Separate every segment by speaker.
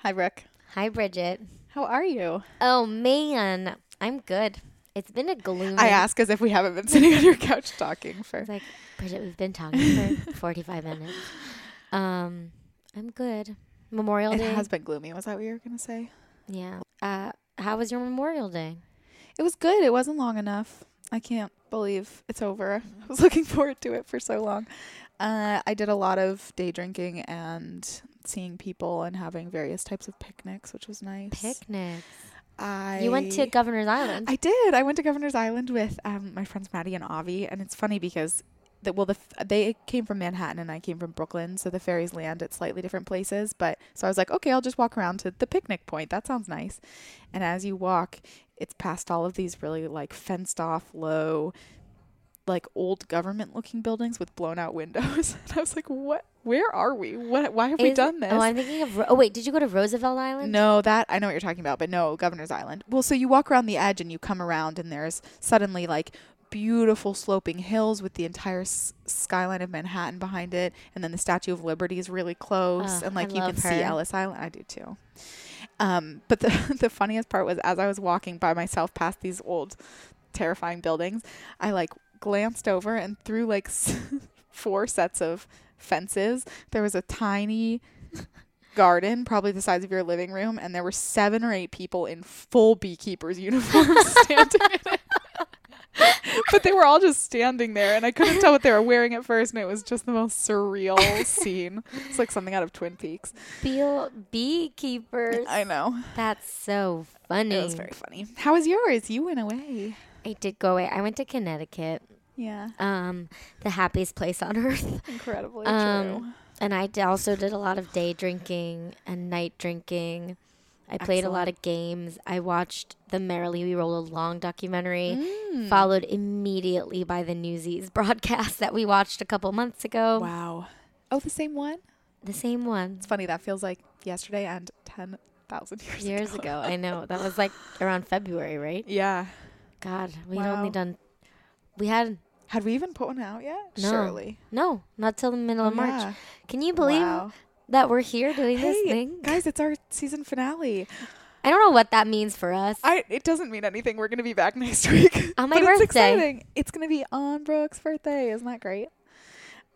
Speaker 1: Hi, Brooke.
Speaker 2: Hi, Bridget.
Speaker 1: How are you?
Speaker 2: Oh, man. I'm good. It's been a gloomy.
Speaker 1: I ask as if we haven't been sitting on your couch talking for.
Speaker 2: It's like Bridget, we've been talking for forty-five minutes. Um, I'm good. Memorial
Speaker 1: it
Speaker 2: Day
Speaker 1: has been gloomy. Was that what you were gonna say?
Speaker 2: Yeah. Uh, how was your Memorial Day?
Speaker 1: It was good. It wasn't long enough. I can't believe it's over. I was looking forward to it for so long. Uh, I did a lot of day drinking and seeing people and having various types of picnics, which was nice.
Speaker 2: Picnics.
Speaker 1: I
Speaker 2: you went to Governor's Island.
Speaker 1: I did. I went to Governor's Island with um, my friends Maddie and Avi, and it's funny because that well, the f- they came from Manhattan and I came from Brooklyn, so the ferries land at slightly different places. But so I was like, okay, I'll just walk around to the picnic point. That sounds nice. And as you walk, it's past all of these really like fenced off, low, like old government looking buildings with blown out windows. and I was like, what? Where are we? What? Why have Is, we done this?
Speaker 2: Oh, I'm thinking of. Ro- oh, wait, did you go to Roosevelt Island?
Speaker 1: No, that I know what you're talking about, but no, Governor's Island. Well, so you walk around the edge and you come around, and there's suddenly like beautiful sloping hills with the entire s- skyline of Manhattan behind it, and then the Statue of Liberty is really close, oh, and like I you can her. see Ellis Island. I do too. Um, but the the funniest part was as I was walking by myself past these old, terrifying buildings, I like glanced over and through like four sets of fences, there was a tiny garden, probably the size of your living room, and there were seven or eight people in full beekeepers uniforms standing in it. but they were all just standing there, and I couldn't tell what they were wearing at first, and it was just the most surreal scene. It's like something out of Twin Peaks.
Speaker 2: Bee- beekeepers.
Speaker 1: I know.
Speaker 2: That's so funny.
Speaker 1: It was very funny. How was yours? You went away.
Speaker 2: I did go away. I went to Connecticut.
Speaker 1: Yeah.
Speaker 2: Um, the happiest place on earth.
Speaker 1: Incredibly um, true.
Speaker 2: And I d- also did a lot of day drinking and night drinking. I played Excellent. a lot of games. I watched the Merrily We Roll Along documentary, mm. followed immediately by the Newsies broadcast that we watched a couple months ago.
Speaker 1: Wow. Oh, the same one?
Speaker 2: The same one.
Speaker 1: It's funny. That feels like yesterday and 10,000 years,
Speaker 2: years ago. ago. I know. That was like around February, right?
Speaker 1: Yeah.
Speaker 2: God, we'd wow. only done. We had
Speaker 1: had we even put one out yet?
Speaker 2: No,
Speaker 1: Surely.
Speaker 2: No, not till the middle of March. Yeah. Can you believe wow. that we're here doing
Speaker 1: hey,
Speaker 2: this thing?
Speaker 1: Guys, it's our season finale.
Speaker 2: I don't know what that means for us.
Speaker 1: I it doesn't mean anything. We're gonna be back next week.
Speaker 2: On my birthday.
Speaker 1: It's exciting. It's gonna be on Brooke's birthday. Isn't that great?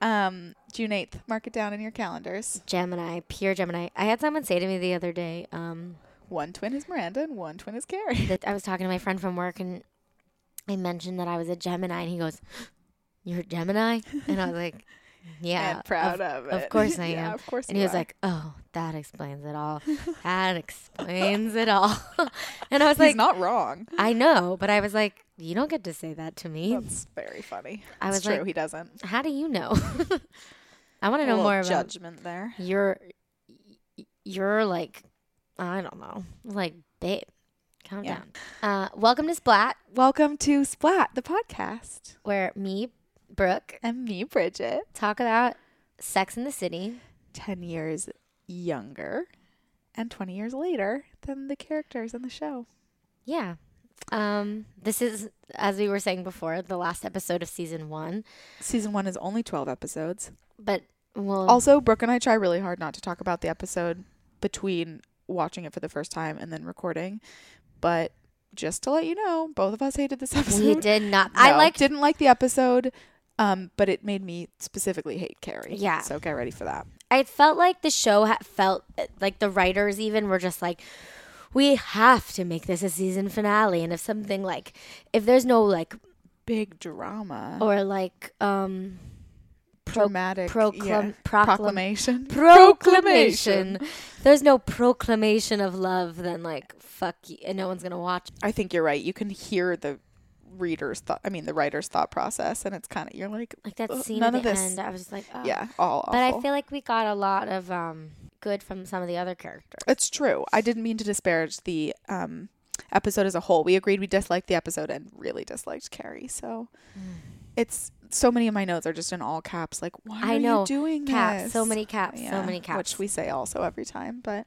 Speaker 1: Um, June eighth. Mark it down in your calendars.
Speaker 2: Gemini, pure Gemini. I had someone say to me the other day, um,
Speaker 1: one twin is Miranda and one twin is Carrie.
Speaker 2: I was talking to my friend from work and I mentioned that I was a Gemini, and he goes, "You're a Gemini," and I was like, "Yeah,
Speaker 1: and proud
Speaker 2: of,
Speaker 1: of it.
Speaker 2: Of course I am.
Speaker 1: yeah, of course."
Speaker 2: And he was are. like, "Oh, that explains it all. That explains it all." and I was
Speaker 1: He's
Speaker 2: like,
Speaker 1: "Not wrong."
Speaker 2: I know, but I was like, "You don't get to say that to me."
Speaker 1: That's very funny.
Speaker 2: I
Speaker 1: it's
Speaker 2: was
Speaker 1: true.
Speaker 2: Like,
Speaker 1: he doesn't.
Speaker 2: How do you know? I want to know more about
Speaker 1: judgment there.
Speaker 2: You're, you're like, I don't know, like babe. Calm yeah. down. Uh, welcome to Splat.
Speaker 1: Welcome to Splat, the podcast
Speaker 2: where me, Brooke,
Speaker 1: and me, Bridget,
Speaker 2: talk about Sex in the City,
Speaker 1: ten years younger and twenty years later than the characters in the show.
Speaker 2: Yeah. Um, this is, as we were saying before, the last episode of season one.
Speaker 1: Season one is only twelve episodes,
Speaker 2: but well,
Speaker 1: also Brooke and I try really hard not to talk about the episode between watching it for the first time and then recording but just to let you know, both of us hated this episode.
Speaker 2: We did not. No, I like
Speaker 1: didn't like the episode. Um, but it made me specifically hate Carrie.
Speaker 2: Yeah.
Speaker 1: So get ready for that.
Speaker 2: I felt like the show ha- felt like the writers even were just like, we have to make this a season finale. And if something like, if there's no like,
Speaker 1: Big drama.
Speaker 2: or like, um,
Speaker 1: dramatic
Speaker 2: proclam-
Speaker 1: yeah.
Speaker 2: proclam-
Speaker 1: proclamation.
Speaker 2: proclamation, there's no proclamation of love, then like, fuck you. And no one's going to watch.
Speaker 1: I think you're right. You can hear the reader's thought. I mean, the writer's thought process, and it's kind of you're like,
Speaker 2: Like that
Speaker 1: "Ugh,
Speaker 2: scene
Speaker 1: Uh, none
Speaker 2: at
Speaker 1: of
Speaker 2: the
Speaker 1: this.
Speaker 2: end, I was just like, oh.
Speaker 1: Yeah, all awful.
Speaker 2: But I feel like we got a lot of um, good from some of the other characters.
Speaker 1: it's true. I didn't mean to disparage the um, episode as a whole. We agreed we disliked the episode and really disliked Carrie. So
Speaker 2: Mm.
Speaker 1: it's so many of my notes are just in all caps. Like, why
Speaker 2: I
Speaker 1: are
Speaker 2: know.
Speaker 1: you doing
Speaker 2: Caps,
Speaker 1: this?
Speaker 2: so many caps, so
Speaker 1: Yeah,
Speaker 2: many caps.
Speaker 1: which we say also every time. But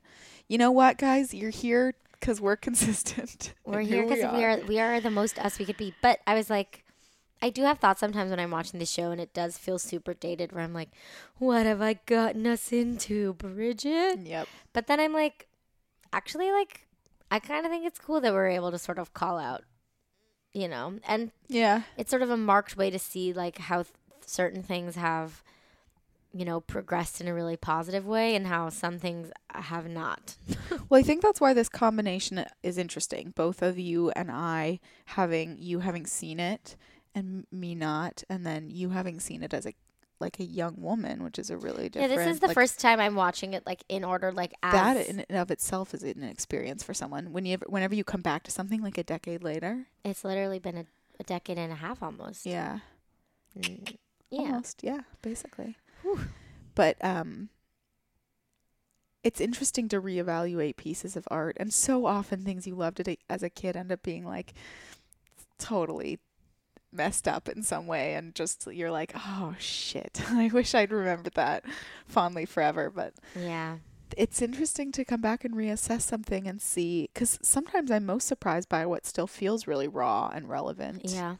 Speaker 1: you know what, guys, you're here because we're consistent.
Speaker 2: We're
Speaker 1: And
Speaker 2: here because we are we are the most us we could be. But I was like, I do have thoughts sometimes when I'm watching the show, and it does feel super dated. Where I'm like, what have I gotten us into, Bridget?
Speaker 1: Yep.
Speaker 2: But then I'm like, actually, like, I kind of think it's cool that we're able to sort of call out, you know, and
Speaker 1: Yeah.
Speaker 2: it's sort of a marked way to see like how th- certain things have, you know, progressed in a really positive way, and how some things have not.
Speaker 1: Well, I think that's why this combination is interesting. Both of you and I having you having seen it and me not, and then you having seen it as a like a young woman, which is a really different.
Speaker 2: Yeah, this is the
Speaker 1: like,
Speaker 2: first time I'm watching it like in order, like as
Speaker 1: that in and of itself is an experience for someone. When you whenever you come back to something like a decade later,
Speaker 2: It's literally been a, a decade and a half almost.
Speaker 1: yeah,
Speaker 2: Mm, yeah.
Speaker 1: almost, yeah, basically. But um, it's interesting to reevaluate pieces of art, and so often things you loved at- as a kid end up being like totally messed up in some way, and just you're like, oh shit, I wish I'd remembered that fondly forever. But
Speaker 2: Yeah.
Speaker 1: it's interesting to come back and reassess something and see, because sometimes I'm most surprised by what still feels really raw and relevant.
Speaker 2: Yeah.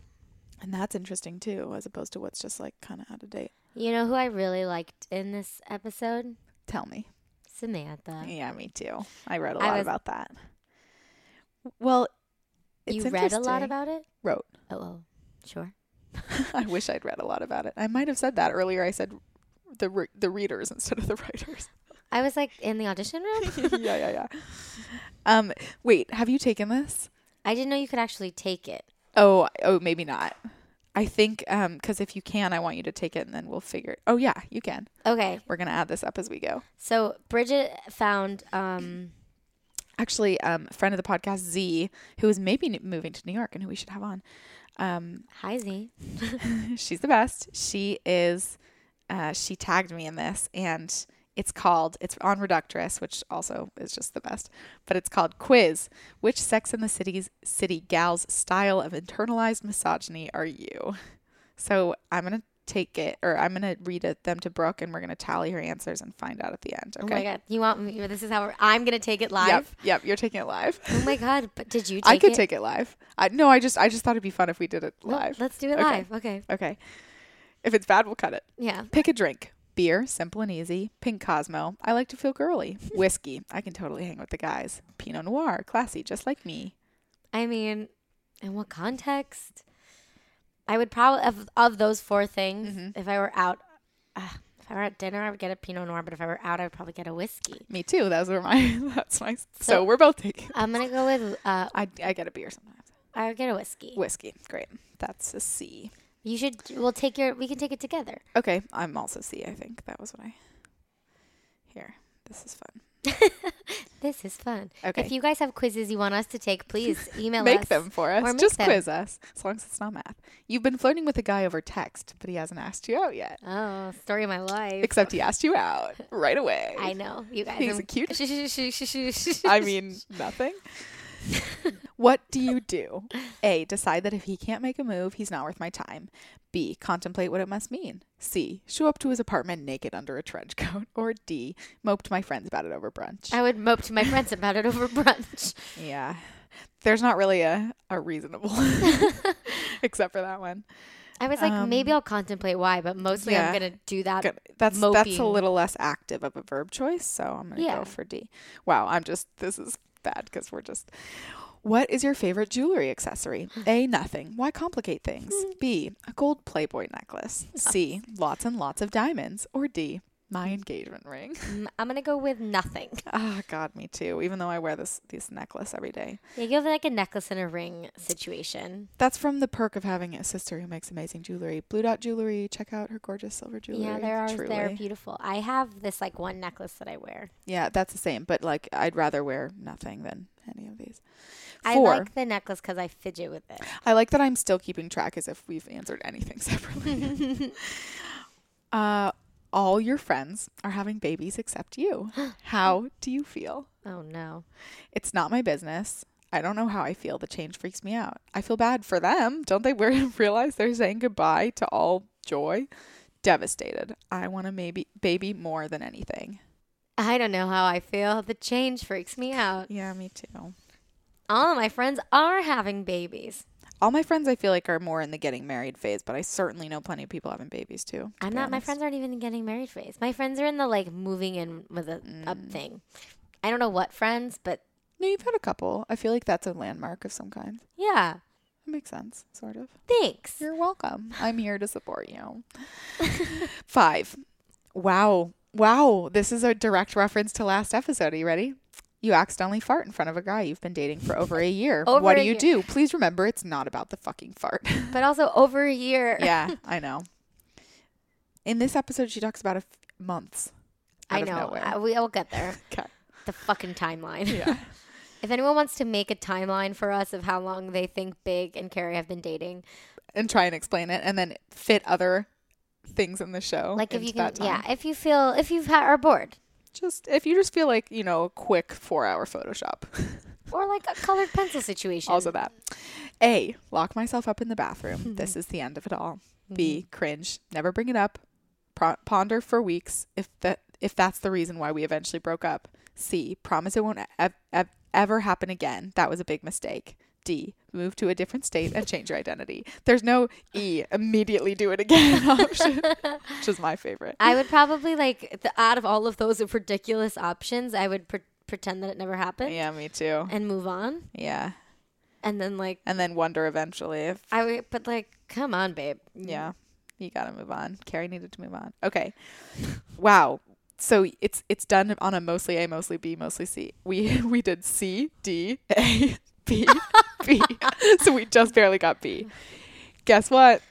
Speaker 1: And that's interesting too, as opposed to what's just like kind of out of date.
Speaker 2: You know who I really liked in this episode?
Speaker 1: Tell me.
Speaker 2: Samantha.
Speaker 1: Yeah, me too. I read a
Speaker 2: I
Speaker 1: lot
Speaker 2: was-
Speaker 1: about that. Well, it's
Speaker 2: you read a lot
Speaker 1: interesting.
Speaker 2: about it?
Speaker 1: wrote.
Speaker 2: Oh, oh. Sure.
Speaker 1: I wish I'd read a lot about it. I might have said that earlier. I said the re- the readers instead of the writers.
Speaker 2: I was like in the audition room.
Speaker 1: yeah, yeah, yeah. Um, wait, have you taken this?
Speaker 2: I didn't know you could actually take it.
Speaker 1: Oh, oh, maybe not. I think um, because if you can, I want you to take it, and then we'll figure. it. Oh yeah, you can.
Speaker 2: Okay.
Speaker 1: We're gonna add this up as we go.
Speaker 2: So Bridget found um
Speaker 1: Actually, um, a friend of the podcast Z, who is maybe n- moving to New York, and who we should have on. Um,
Speaker 2: Heisey.
Speaker 1: She's the best. She is. Uh, she tagged me in this, and it's called. It's on Reductress, which also is just the best. But it's called Quiz. Which Sex in the City's City gals style of internalized misogyny are you? So I'm gonna take it, or I'm gonna read it them to Brooke, and we're gonna tally her answers and find out at the end.
Speaker 2: Oh
Speaker 1: Okay.
Speaker 2: my god. You want me this is how we're, I'm gonna take it live.
Speaker 1: Yep. Yep. You're taking it live.
Speaker 2: Oh my god, but did you take
Speaker 1: I could
Speaker 2: it?
Speaker 1: take it live. I, no, I just I just thought it'd be fun if we did it
Speaker 2: No,
Speaker 1: live.
Speaker 2: Let's do it
Speaker 1: Okay.
Speaker 2: live. Okay.
Speaker 1: Okay. If it's bad, we'll cut it.
Speaker 2: Yeah.
Speaker 1: Pick a drink. Beer, simple and easy. Pink Cosmo. I like to feel girly. Whiskey. I can totally hang with the guys. Pinot Noir. Classy, just like me.
Speaker 2: I mean, in what context? I would probably of, of those four things.
Speaker 1: Mm-hmm.
Speaker 2: If I were out, uh, if I were at dinner, I would get a Pinot Noir. But if I were out, I would probably get a whiskey.
Speaker 1: Me too. Those were my. That's my. So,
Speaker 2: So-
Speaker 1: we're both taking.
Speaker 2: I'm gonna go with. Uh,
Speaker 1: I, I get a beer sometimes.
Speaker 2: I would get a whiskey.
Speaker 1: Whiskey. Great. That's a C.
Speaker 2: You should. We'll take your. We can take it together.
Speaker 1: Okay. I'm also C, I think. That was what I. Here. This is fun.
Speaker 2: This is fun.
Speaker 1: Okay.
Speaker 2: If you guys have quizzes you want us to take, please email
Speaker 1: Make
Speaker 2: us.
Speaker 1: them for us.
Speaker 2: or make
Speaker 1: Just
Speaker 2: them.
Speaker 1: quiz us, as long as it's not math. You've been flirting with a guy over text, but he hasn't asked you out yet.
Speaker 2: Oh, story of my life.
Speaker 1: Except he asked you out right away.
Speaker 2: I know you guys.
Speaker 1: He's
Speaker 2: I'm-
Speaker 1: a cute- I mean, nothing. what do you do? A. Decide that if he can't make a move, he's not worth my time. B. Contemplate what it must mean. C. Show up to his apartment naked under a trench coat. Or D. Mope to my friends about it over brunch.
Speaker 2: I would mope to my friends about it over brunch.
Speaker 1: yeah. There's not really a, a reasonable, except for that one.
Speaker 2: I was like, maybe I'll contemplate why, but mostly
Speaker 1: yeah.
Speaker 2: I'm gonna do that.
Speaker 1: Good. That's that's a
Speaker 2: moping.
Speaker 1: little less active of a verb choice, so I'm gonna
Speaker 2: Yeah.
Speaker 1: go for D. Wow, I'm just this is bad because we're just What is your favorite jewelry accessory?
Speaker 2: Hmm.
Speaker 1: A. Nothing. Why complicate things? B. A gold Playboy necklace. C. Lots and lots of diamonds. Or D. My engagement ring.
Speaker 2: Mm, I'm gonna go with nothing.
Speaker 1: Ah, God, me too. Even though I wear this this necklace every day.
Speaker 2: Yeah, you have like a necklace and a ring situation.
Speaker 1: That's from the perk of having a sister who makes amazing jewelry. Blue Dot Jewelry. Check out her gorgeous silver jewelry.
Speaker 2: yeah, there are they're
Speaker 1: Truly.
Speaker 2: beautiful. I have this like one necklace that I wear.
Speaker 1: Yeah, that's the same. But like, I'd rather wear nothing than any of these.
Speaker 2: I
Speaker 1: Four.
Speaker 2: like the necklace because I fidget with it.
Speaker 1: I like that I'm still keeping track as if we've answered anything separately. uh, all your friends are having babies except you. How do you feel?
Speaker 2: Oh no.
Speaker 1: It's not my business. I don't know how I feel. The change freaks me out. I feel bad for them. Don't they re- realize they're saying goodbye to all joy? Devastated. I want a maybe baby more than anything.
Speaker 2: I don't know how I feel. The change freaks me out.
Speaker 1: Yeah, me too.
Speaker 2: All of my friends are having babies.
Speaker 1: All my friends I feel like are more in the getting married phase, but I certainly know plenty of people having babies too. to
Speaker 2: I'm
Speaker 1: be
Speaker 2: not. My
Speaker 1: honest.
Speaker 2: friends aren't even getting married phase. My friends are in the like moving in with a up
Speaker 1: Mm.
Speaker 2: thing. I don't know what friends, but
Speaker 1: No, you've had a couple. I feel like that's a landmark of some kind.
Speaker 2: yeah.
Speaker 1: That makes sense, sort of.
Speaker 2: Thanks.
Speaker 1: You're welcome. I'm here to support you. Five. Wow. Wow. This is a direct reference to last episode. Are you ready? You accidentally fart in front of a guy you've been dating for over a year.
Speaker 2: Over
Speaker 1: what
Speaker 2: a
Speaker 1: do you
Speaker 2: year.
Speaker 1: do? Please remember it's not about the fucking fart.
Speaker 2: But also over a year.
Speaker 1: yeah, I know. In this episode, she talks about a f- months. Out
Speaker 2: I
Speaker 1: of
Speaker 2: know.
Speaker 1: nowhere.
Speaker 2: I, we all get there.
Speaker 1: Okay.
Speaker 2: The fucking timeline.
Speaker 1: Yeah.
Speaker 2: if anyone wants to make a timeline for us of how long they think Big and Carrie have been dating,
Speaker 1: and try and explain it and then fit other things in the show.
Speaker 2: like if
Speaker 1: Oh, into
Speaker 2: you can,
Speaker 1: that time.
Speaker 2: yeah, if you feel if you ha- are bored
Speaker 1: just if you just feel like you know a quick four hour photoshop
Speaker 2: or like a colored pencil situation.
Speaker 1: also that a lock myself up in the
Speaker 2: Hmm.
Speaker 1: bathroom this is the end of it all b
Speaker 2: Mm-hmm.
Speaker 1: cringe never bring it up Pro- ponder for weeks if that if that's the reason why we eventually broke up c promise it won't e-, ev- ev- ever happen again that was a big mistake d move to a different state and change your identity there's no e immediately do it again option which is my favorite
Speaker 2: I would probably like the, out of all of those ridiculous options, I would pre- pretend that it never happened
Speaker 1: yeah me too
Speaker 2: and move on,
Speaker 1: yeah
Speaker 2: and then like
Speaker 1: and then wonder eventually if
Speaker 2: I would, but like come on, babe.
Speaker 1: Yeah.
Speaker 2: Mm-hmm.
Speaker 1: You gotta move on. Carrie needed to move on. Okay. Wow. So it's it's done on a mostly A, mostly B, mostly C. We we did C, D, A, B, B. So we just barely got B. Guess what?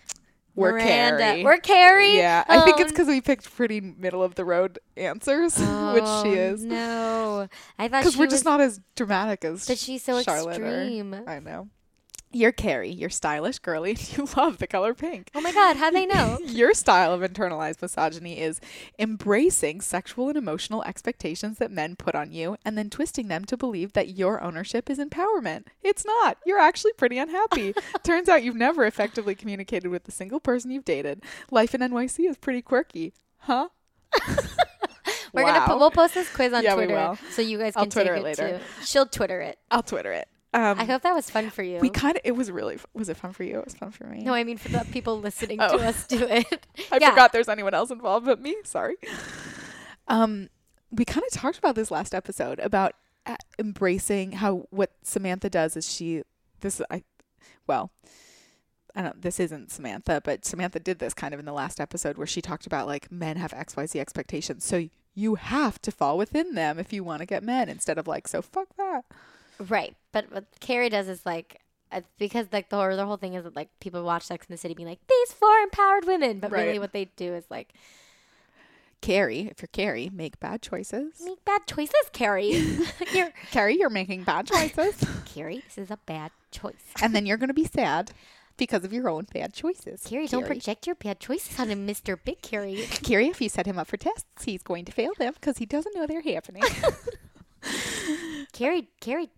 Speaker 1: We're
Speaker 2: Miranda.
Speaker 1: Carrie.
Speaker 2: We're Carrie.
Speaker 1: yeah, I think
Speaker 2: Oh,
Speaker 1: it's because we picked pretty middle of the road answers, which she is,
Speaker 2: Oh, No, I thought
Speaker 1: because
Speaker 2: she
Speaker 1: we're just
Speaker 2: was-
Speaker 1: not as dramatic as.
Speaker 2: But she's so
Speaker 1: Charlotte or-
Speaker 2: extreme.
Speaker 1: I know. You're Carrie. You're stylish, girly. You love the color pink.
Speaker 2: Oh my god, how they know?
Speaker 1: Your style of internalized misogyny is embracing sexual and emotional expectations that men put on you and then twisting them to believe that your ownership is empowerment. It's not. You're actually pretty unhappy. Turns out you've never effectively communicated with the single person you've dated. Life in NYC is pretty quirky. Huh?
Speaker 2: We're gonna
Speaker 1: Wow.
Speaker 2: put, we'll post this quiz on
Speaker 1: Yeah, we
Speaker 2: Twitter,
Speaker 1: will.
Speaker 2: so you guys can
Speaker 1: I'll Twitter
Speaker 2: take
Speaker 1: it later.
Speaker 2: Too. She'll Twitter it.
Speaker 1: I'll Twitter it. Um,
Speaker 2: I hope that was fun for you.
Speaker 1: we kind of. It was really. f- Was it fun for you? It was fun for me.
Speaker 2: no, I mean for the people listening
Speaker 1: Oh.
Speaker 2: to us do it.
Speaker 1: I
Speaker 2: yeah.
Speaker 1: forgot there's anyone else involved but me. Sorry. Um, we kind of talked about this last episode about uh, embracing how what Samantha does is she this I well I don't this isn't Samantha but Samantha did this kind of in the last episode where she talked about like men have XYZ expectations so you have to fall within them if you want to get men instead of like so fuck that
Speaker 2: Right, but what Carrie does is like uh, because like the whole, the whole thing is that like people watch Sex in the City being like these four empowered women, but
Speaker 1: Right.
Speaker 2: really what they do is like
Speaker 1: Carrie if you're Carrie make bad choices
Speaker 2: make bad choices, Carrie. You're,
Speaker 1: Carrie you're making bad choices
Speaker 2: Carrie, this is a bad choice.
Speaker 1: and then you're going to be sad because of your own bad choices.
Speaker 2: Carrie, don't project your bad choices onto Mr. Big Carrie.
Speaker 1: Carrie, if you set him up for tests, he's going to fail them because he doesn't know they're happening.
Speaker 2: Carrie, Carrie,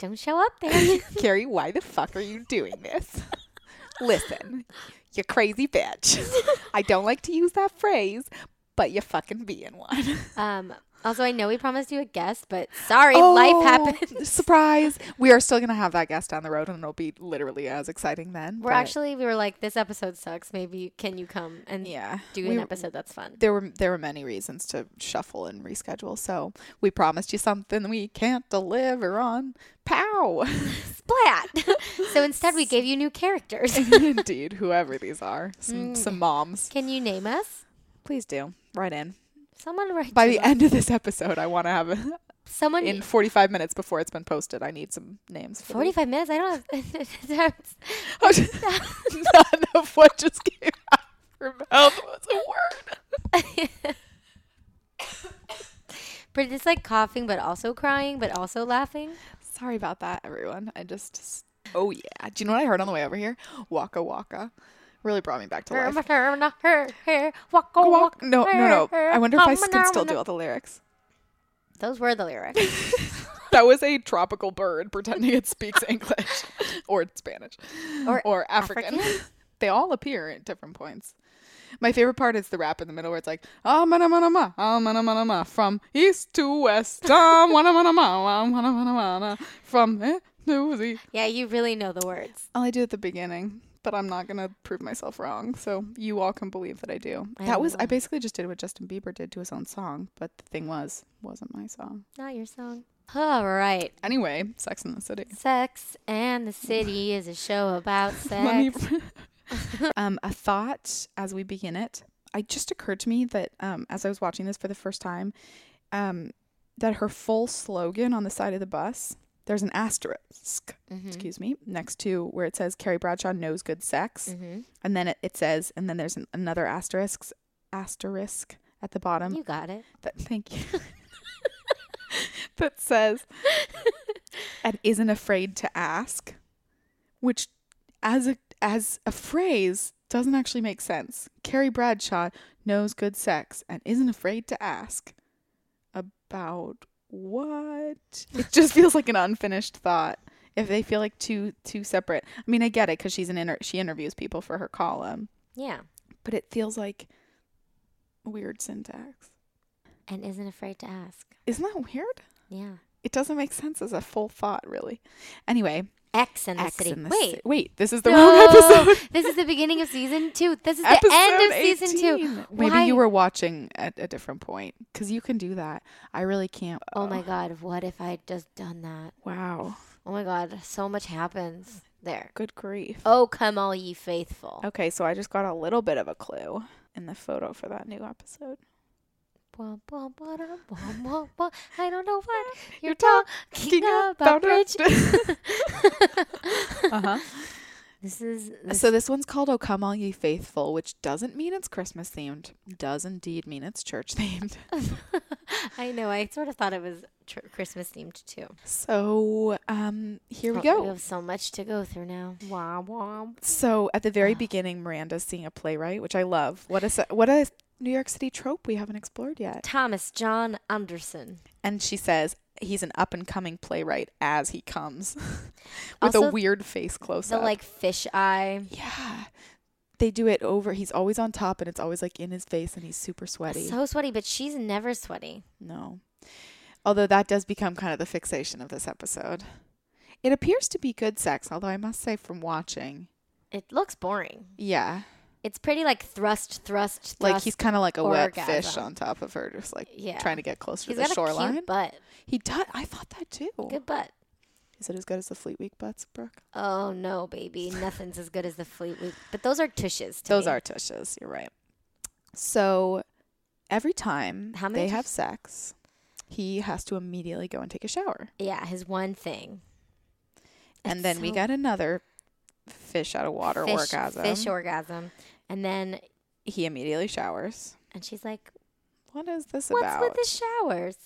Speaker 2: don't show up there.
Speaker 1: Carrie, why the fuck are you doing this? Listen, you crazy bitch. I don't like to use that phrase, but you're fucking being one.
Speaker 2: Um, Also, I know we promised you a guest, but sorry, life happened.
Speaker 1: Oh, Surprise. We are still going to have that guest down the road and it'll be literally as exciting then.
Speaker 2: We're
Speaker 1: but
Speaker 2: actually we were like, this episode sucks. Maybe can you come and
Speaker 1: Yeah.
Speaker 2: do
Speaker 1: We-
Speaker 2: an episode that's fun?
Speaker 1: there were there were many reasons to shuffle and reschedule. So, we promised you something we can't deliver on. Pow.
Speaker 2: Splat. so instead, we gave you new characters.
Speaker 1: Indeed, whoever these are. Some some moms.
Speaker 2: can you name us?
Speaker 1: Please do. Write in.
Speaker 2: Someone right
Speaker 1: By the end of this episode, I want to have a,
Speaker 2: Someone
Speaker 1: in 45 minutes before it's been posted. I need some names. for these.
Speaker 2: 45 minutes. I don't have. that's-
Speaker 1: None of what just came out of her mouth was a word.
Speaker 2: but it's like coughing, but also crying, but also laughing.
Speaker 1: Sorry about that, everyone. I just. Oh, yeah. Do you know what I heard on the way over here? Waka Waka. Really brought me back to life.
Speaker 2: Her, her, her, her, walk,
Speaker 1: Waka
Speaker 2: walk,
Speaker 1: Waka- No, no, no.
Speaker 2: her,
Speaker 1: I wonder if I
Speaker 2: hum,
Speaker 1: can
Speaker 2: hum,
Speaker 1: still do
Speaker 2: hum.
Speaker 1: all the lyrics.
Speaker 2: Those were the lyrics.
Speaker 1: That was a tropical bird pretending it speaks English or Spanish or, African.
Speaker 2: African?
Speaker 1: they all appear at different points. My favorite part is the rap in the middle where it's like, ah, mana, mana, ma, ah, mana, mana, ma, from east to west, ah, mana, mana, ma, ah, mana, mana, mana, from eh, to Z.
Speaker 2: yeah, you really know the words.
Speaker 1: All I do at the beginning, but I'm not going to prove myself wrong. So you all can believe that I do. that was, I basically just did what Justin Bieber did to his own song, but the thing was, wasn't my song.
Speaker 2: Not your song. All right.
Speaker 1: Anyway, Sex in the City.
Speaker 2: Sex and the City is a show about
Speaker 1: Let me-
Speaker 2: sex.
Speaker 1: um, a thought as we begin it. It just occurred to me that um, as I was watching this for the first time, um, that her full slogan on the side of the bus, there's an asterisk, excuse me, next to where it says Carrie Bradshaw knows good sex, and then it, it says, and then there's an, another asterisk, asterisk at the bottom.
Speaker 2: you got it.
Speaker 1: that, thank you. that says, and isn't afraid to ask, which as a as a phrase doesn't actually make sense. Carrie Bradshaw knows good sex and isn't afraid to ask about what? It just feels like an unfinished thought. If they feel like two two separate, I mean, I get it because she's an inter- she interviews people for her column,
Speaker 2: Yeah.
Speaker 1: but it feels like weird syntax.
Speaker 2: And isn't afraid to ask.
Speaker 1: Isn't that weird?
Speaker 2: Yeah.
Speaker 1: It doesn't make sense as a full thought, really. Anyway,
Speaker 2: X and the
Speaker 1: X
Speaker 2: City.
Speaker 1: in the
Speaker 2: Wait.
Speaker 1: Ci- wait, this is the
Speaker 2: No,
Speaker 1: wrong episode.
Speaker 2: this is the beginning of season two. This is
Speaker 1: episode
Speaker 2: the end of season
Speaker 1: 18.
Speaker 2: two.
Speaker 1: Maybe
Speaker 2: Why-
Speaker 1: you were watching at a different point because you can do that. I really can't.
Speaker 2: Oh my God, what if I had just done that?
Speaker 1: Wow.
Speaker 2: Oh my God, so much happens there.
Speaker 1: Good grief.
Speaker 2: Oh, come all ye faithful.
Speaker 1: Okay, so I just got a little bit of a clue in the photo for that new episode.
Speaker 2: Wah, wah, wah, da, wah, wah, wah. I don't know what
Speaker 1: You're
Speaker 2: you're talking about, Rich.
Speaker 1: Uh-huh.
Speaker 2: This is this,
Speaker 1: So this one's called "O Come All Ye Faithful," which doesn't mean it's Christmas themed. Does indeed mean it's church themed.
Speaker 2: I know. I sort of thought it was tr- Christmas themed too.
Speaker 1: So um, here we
Speaker 2: Oh,
Speaker 1: go.
Speaker 2: We have so much to go through now. Wah, wah.
Speaker 1: So at the very beginning, Miranda's seeing a playwright, which I love. What a se- what a New York City trope we haven't explored yet.
Speaker 2: Thomas John Anderson.
Speaker 1: And she says he's an up and coming playwright as he comes, with a
Speaker 2: Also,
Speaker 1: weird face close
Speaker 2: The
Speaker 1: up.
Speaker 2: like fish eye.
Speaker 1: yeah, they do it over. He's always on top, and it's always like in his face, and he's super sweaty.
Speaker 2: So sweaty, but she's never sweaty.
Speaker 1: no, although that does become kind of the fixation of this episode. It appears to be good sex, although I must say from watching,
Speaker 2: It looks boring.
Speaker 1: yeah,
Speaker 2: It's pretty like thrust, thrust, thrust.
Speaker 1: like he's kind of like a wet fish
Speaker 2: orgasm.
Speaker 1: on top of her, just like
Speaker 2: Yeah.
Speaker 1: trying to get closer
Speaker 2: He's
Speaker 1: to the
Speaker 2: got a
Speaker 1: shoreline.
Speaker 2: cute butt.
Speaker 1: He does. I thought that too.
Speaker 2: Good butt.
Speaker 1: Is it as good as the Fleet Week butts, Brooke?
Speaker 2: Oh no, baby, nothing's as good as the Fleet Week. But those are tushes. To
Speaker 1: Those
Speaker 2: me.
Speaker 1: are tushes. You're right. So every time
Speaker 2: How many
Speaker 1: they have
Speaker 2: tushes?
Speaker 1: sex, he has to immediately go and take a shower.
Speaker 2: yeah, his one thing.
Speaker 1: and then we
Speaker 2: so-
Speaker 1: get another fish out of water
Speaker 2: fish,
Speaker 1: orgasm.
Speaker 2: Fish orgasm, and then
Speaker 1: he immediately showers.
Speaker 2: and she's like,
Speaker 1: What is this
Speaker 2: "What's
Speaker 1: about?
Speaker 2: with the showers?"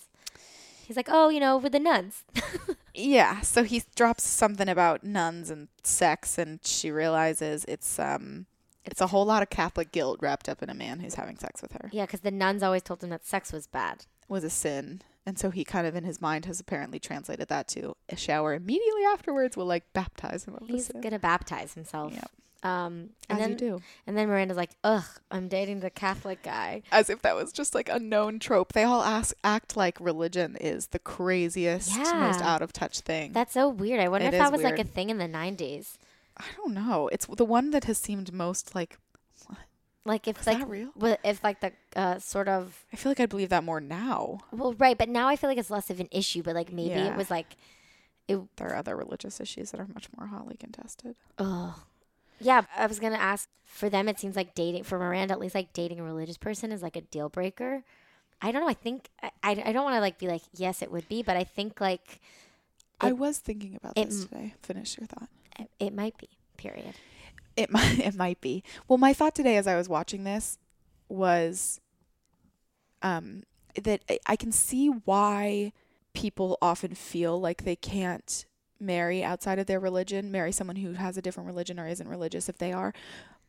Speaker 2: He's like, "Oh, you know, with the nuns."
Speaker 1: Yeah, so he drops something about nuns and sex, and she realizes it's um, it's a whole lot of Catholic guilt wrapped up in a man who's having sex with her.
Speaker 2: yeah, because the nuns always told him that sex was bad.
Speaker 1: Was a sin, and so he kind of in his mind has apparently translated that to a shower immediately afterwards will like baptize him of the
Speaker 2: He's
Speaker 1: sin.
Speaker 2: gonna baptize himself.
Speaker 1: Yep.
Speaker 2: Um,
Speaker 1: As
Speaker 2: and then
Speaker 1: you do.
Speaker 2: and then Miranda's like, "Ugh, I'm dating the Catholic guy."
Speaker 1: As if that was just like a known trope. They all ask, act like religion is the craziest, most
Speaker 2: Yeah.
Speaker 1: out of touch thing.
Speaker 2: That's so weird. I wonder
Speaker 1: It
Speaker 2: if that
Speaker 1: is
Speaker 2: was like
Speaker 1: weird.
Speaker 2: a thing in the '90s.
Speaker 1: I don't know. It's the one that has seemed most like.
Speaker 2: Like if
Speaker 1: Is
Speaker 2: like
Speaker 1: that real?
Speaker 2: wa- if like the uh, sort of
Speaker 1: I feel like I'd believe that more now.
Speaker 2: well, right? But now I feel like it's less of an issue. But like maybe
Speaker 1: Yeah.
Speaker 2: it was like it.
Speaker 1: There are other religious issues that are much more hotly contested.
Speaker 2: Oh, yeah. I was gonna ask for them. It seems like dating for Miranda, at least like dating a religious person is like a deal breaker. I don't know. I think I I, I don't want to like be like yes, it would be, but I think like
Speaker 1: I
Speaker 2: It-
Speaker 1: was thinking about
Speaker 2: it
Speaker 1: this
Speaker 2: m-
Speaker 1: today. Finish your thought.
Speaker 2: it- it might be. Period.
Speaker 1: It might it might be. Well, my thought today as I was watching this was um that I- I can see why people often feel like they can't marry outside of their religion, marry someone who has a different religion or isn't religious if they are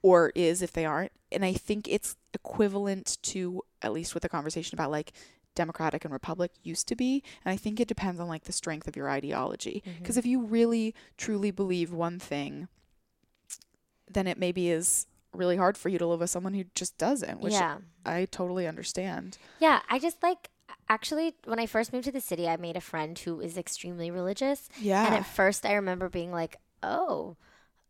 Speaker 1: or is if they aren't. And I think it's equivalent to at least with the conversation about like democratic and republic used to be and i think it depends on like the strength of your ideology because if you really truly believe one thing then it maybe is really hard for you to live with someone who just doesn't, which
Speaker 2: Yeah.
Speaker 1: I totally understand.
Speaker 2: Yeah, I just like actually when I first moved to the city, I made a friend who is extremely religious. And
Speaker 1: Yeah.
Speaker 2: at first, I remember being like, "Oh,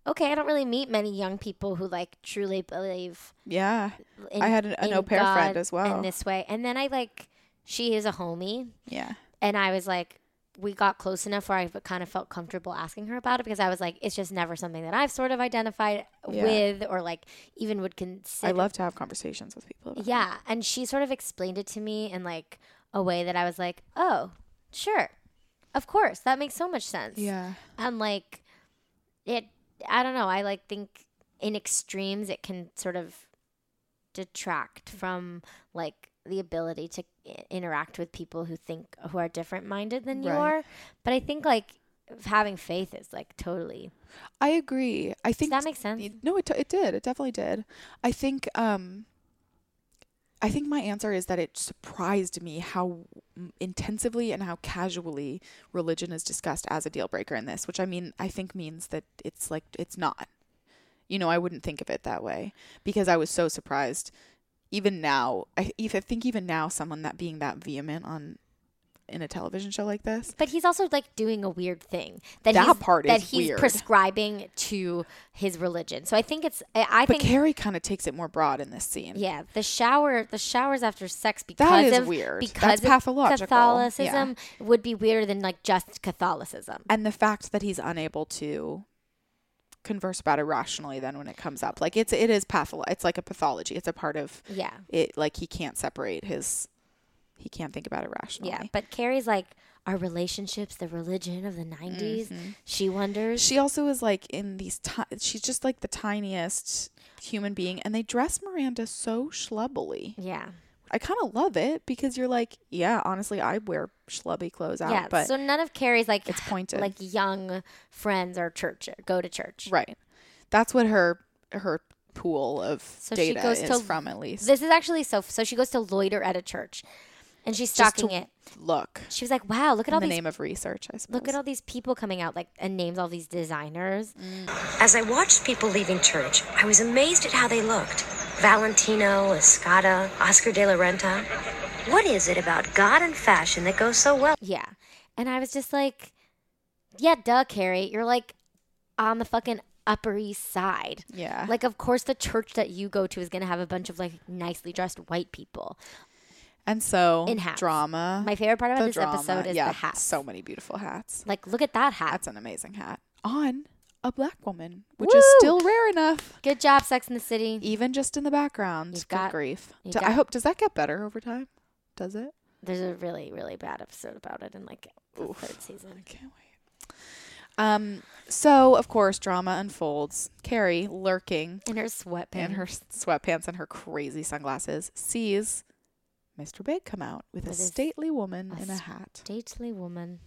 Speaker 2: okay, I don't really meet many young people who like truly believe."
Speaker 1: Yeah.
Speaker 2: In,
Speaker 1: I had an- an
Speaker 2: in
Speaker 1: au pair friend
Speaker 2: God
Speaker 1: as well.
Speaker 2: in this way, and then I like she is a homie,
Speaker 1: Yeah.
Speaker 2: and I was like. We got close enough where I kind of felt comfortable asking her about it because I was like, it's just never something that I've sort of identified
Speaker 1: Yeah.
Speaker 2: with or like even would
Speaker 1: I
Speaker 2: consider.
Speaker 1: love to have conversations with people. About
Speaker 2: Yeah, and she sort of explained it to me in like a way that I was like, "Oh, sure. Of course. That makes so much sense."
Speaker 1: it. Yeah.
Speaker 2: And like it I don't know, I like think in extremes it can sort of detract from like the ability to i- interact with people who think who are different minded than you
Speaker 1: Right.
Speaker 2: are. But I think like having faith is like totally.
Speaker 1: I agree. I think
Speaker 2: that make sense?
Speaker 1: No, it, it did. It definitely did. I think um I think my answer is that it surprised me how m- intensively and how casually religion is discussed as a deal breaker in this, which I mean, I think means that it's like it's not. You know, I wouldn't think of it that way because I was so surprised. Even now, I, if, I think even now, someone that being that vehement on in a television show like this,
Speaker 2: But he's also like doing a weird thing that
Speaker 1: That
Speaker 2: he's,
Speaker 1: part
Speaker 2: that
Speaker 1: is
Speaker 2: he's
Speaker 1: weird.
Speaker 2: prescribing to his religion. So I think it's I, I
Speaker 1: but
Speaker 2: think
Speaker 1: Carrie kind of takes it more broad in this scene.
Speaker 2: yeah the shower the showers after sex because
Speaker 1: is
Speaker 2: of
Speaker 1: weird. That's
Speaker 2: because of
Speaker 1: pathological.
Speaker 2: Catholicism would be weirder than like just Catholicism.
Speaker 1: and the fact that he's unable to converse about it rationally then when it comes up like it's it is patholo- it's like a pathology it's a part of
Speaker 2: Yeah,
Speaker 1: it like he can't separate his he can't think about it rationally
Speaker 2: yeah. But Carrie's like our relationships, the religion of the '90s. She wonders.
Speaker 1: Mm-hmm. she also is like in these ti- she's just like the tiniest human being and they dress miranda so schlubbily
Speaker 2: yeah,
Speaker 1: i kind of love it because you're like yeah honestly i wear schlubby clothes out
Speaker 2: yeah.
Speaker 1: but
Speaker 2: so none of Carrie's like
Speaker 1: it's pointed.
Speaker 2: Like young friends or church go to church.
Speaker 1: right that's what her her pool of
Speaker 2: So she
Speaker 1: data
Speaker 2: goes
Speaker 1: is
Speaker 2: to-
Speaker 1: from at least
Speaker 2: This is actually so. So she goes to loiter at a church, and she's
Speaker 1: Just
Speaker 2: stalking
Speaker 1: to
Speaker 2: it.
Speaker 1: look
Speaker 2: She was like, "Wow, look at
Speaker 1: in
Speaker 2: all
Speaker 1: the
Speaker 2: these
Speaker 1: name of research, I suppose.
Speaker 2: look at all these people coming out like and names all these designers."
Speaker 1: Mm.
Speaker 3: As I watched people leaving church, I was amazed at how they looked. Valentino, Escada, Oscar de la Renta. What is it about God and fashion that goes so well?
Speaker 2: Yeah, and I was just like, "Yeah, duh, Carrie, you're like on the fucking Upper East Side."
Speaker 1: Yeah.
Speaker 2: Like, of course, the church that you go to is gonna have a bunch of like nicely dressed white people.
Speaker 1: and so
Speaker 2: in hats.
Speaker 1: drama.
Speaker 2: My favorite part about
Speaker 1: the
Speaker 2: this episode is
Speaker 1: yeah,
Speaker 2: the hats.
Speaker 1: So many beautiful hats.
Speaker 2: Like, look at that hat.
Speaker 1: That's an amazing hat on a black woman, which is
Speaker 2: Woo!
Speaker 1: still rare enough,
Speaker 2: Good job, Sex in the City.
Speaker 1: even just in the background.
Speaker 2: You've
Speaker 1: Good
Speaker 2: got-
Speaker 1: grief.
Speaker 2: you
Speaker 1: Do- I
Speaker 2: got-
Speaker 1: hope does that get better over time? Does it?
Speaker 2: There's a really, really bad episode about it in like the
Speaker 1: Oof.
Speaker 2: third season.
Speaker 1: I can't wait. Um. So of course, drama unfolds. Carrie lurking
Speaker 2: In her sweatpants.
Speaker 1: in her s- sweatpants and her crazy sunglasses sees. Mr. Big come out with a
Speaker 2: With his-
Speaker 1: stately woman in a
Speaker 2: s-
Speaker 1: hat.
Speaker 2: stately woman.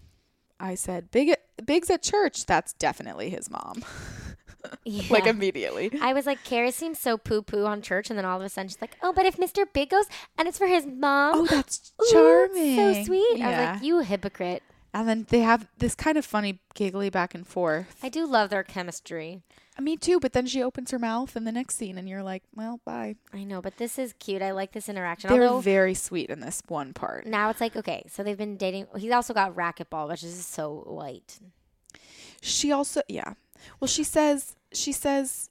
Speaker 1: I said, "Big, Big's at church. That's definitely his mom." like
Speaker 2: Yeah.
Speaker 1: immediately.
Speaker 2: I was like, Carrie seems so poo poo on church, and then all of a sudden she's like, "Oh, but if Mr. Big goes, and it's for his mom."
Speaker 1: Oh, that's
Speaker 2: Ooh,
Speaker 1: charming.
Speaker 2: so sweet. I was
Speaker 1: Yeah.
Speaker 2: like, "You hypocrite."
Speaker 1: and then they have this kind of funny, giggly back and forth. Uh,
Speaker 2: I do love their chemistry.
Speaker 1: Me too. But then she opens her mouth in the next scene, and you're like, well, bye.
Speaker 2: I know, but this is cute. I like this interaction.
Speaker 1: They're
Speaker 2: Although
Speaker 1: very sweet in this one part.
Speaker 2: now it's like, okay, so they've been dating. He's also got racquetball, which is so white.
Speaker 1: She also, yeah. Well, she says, she says,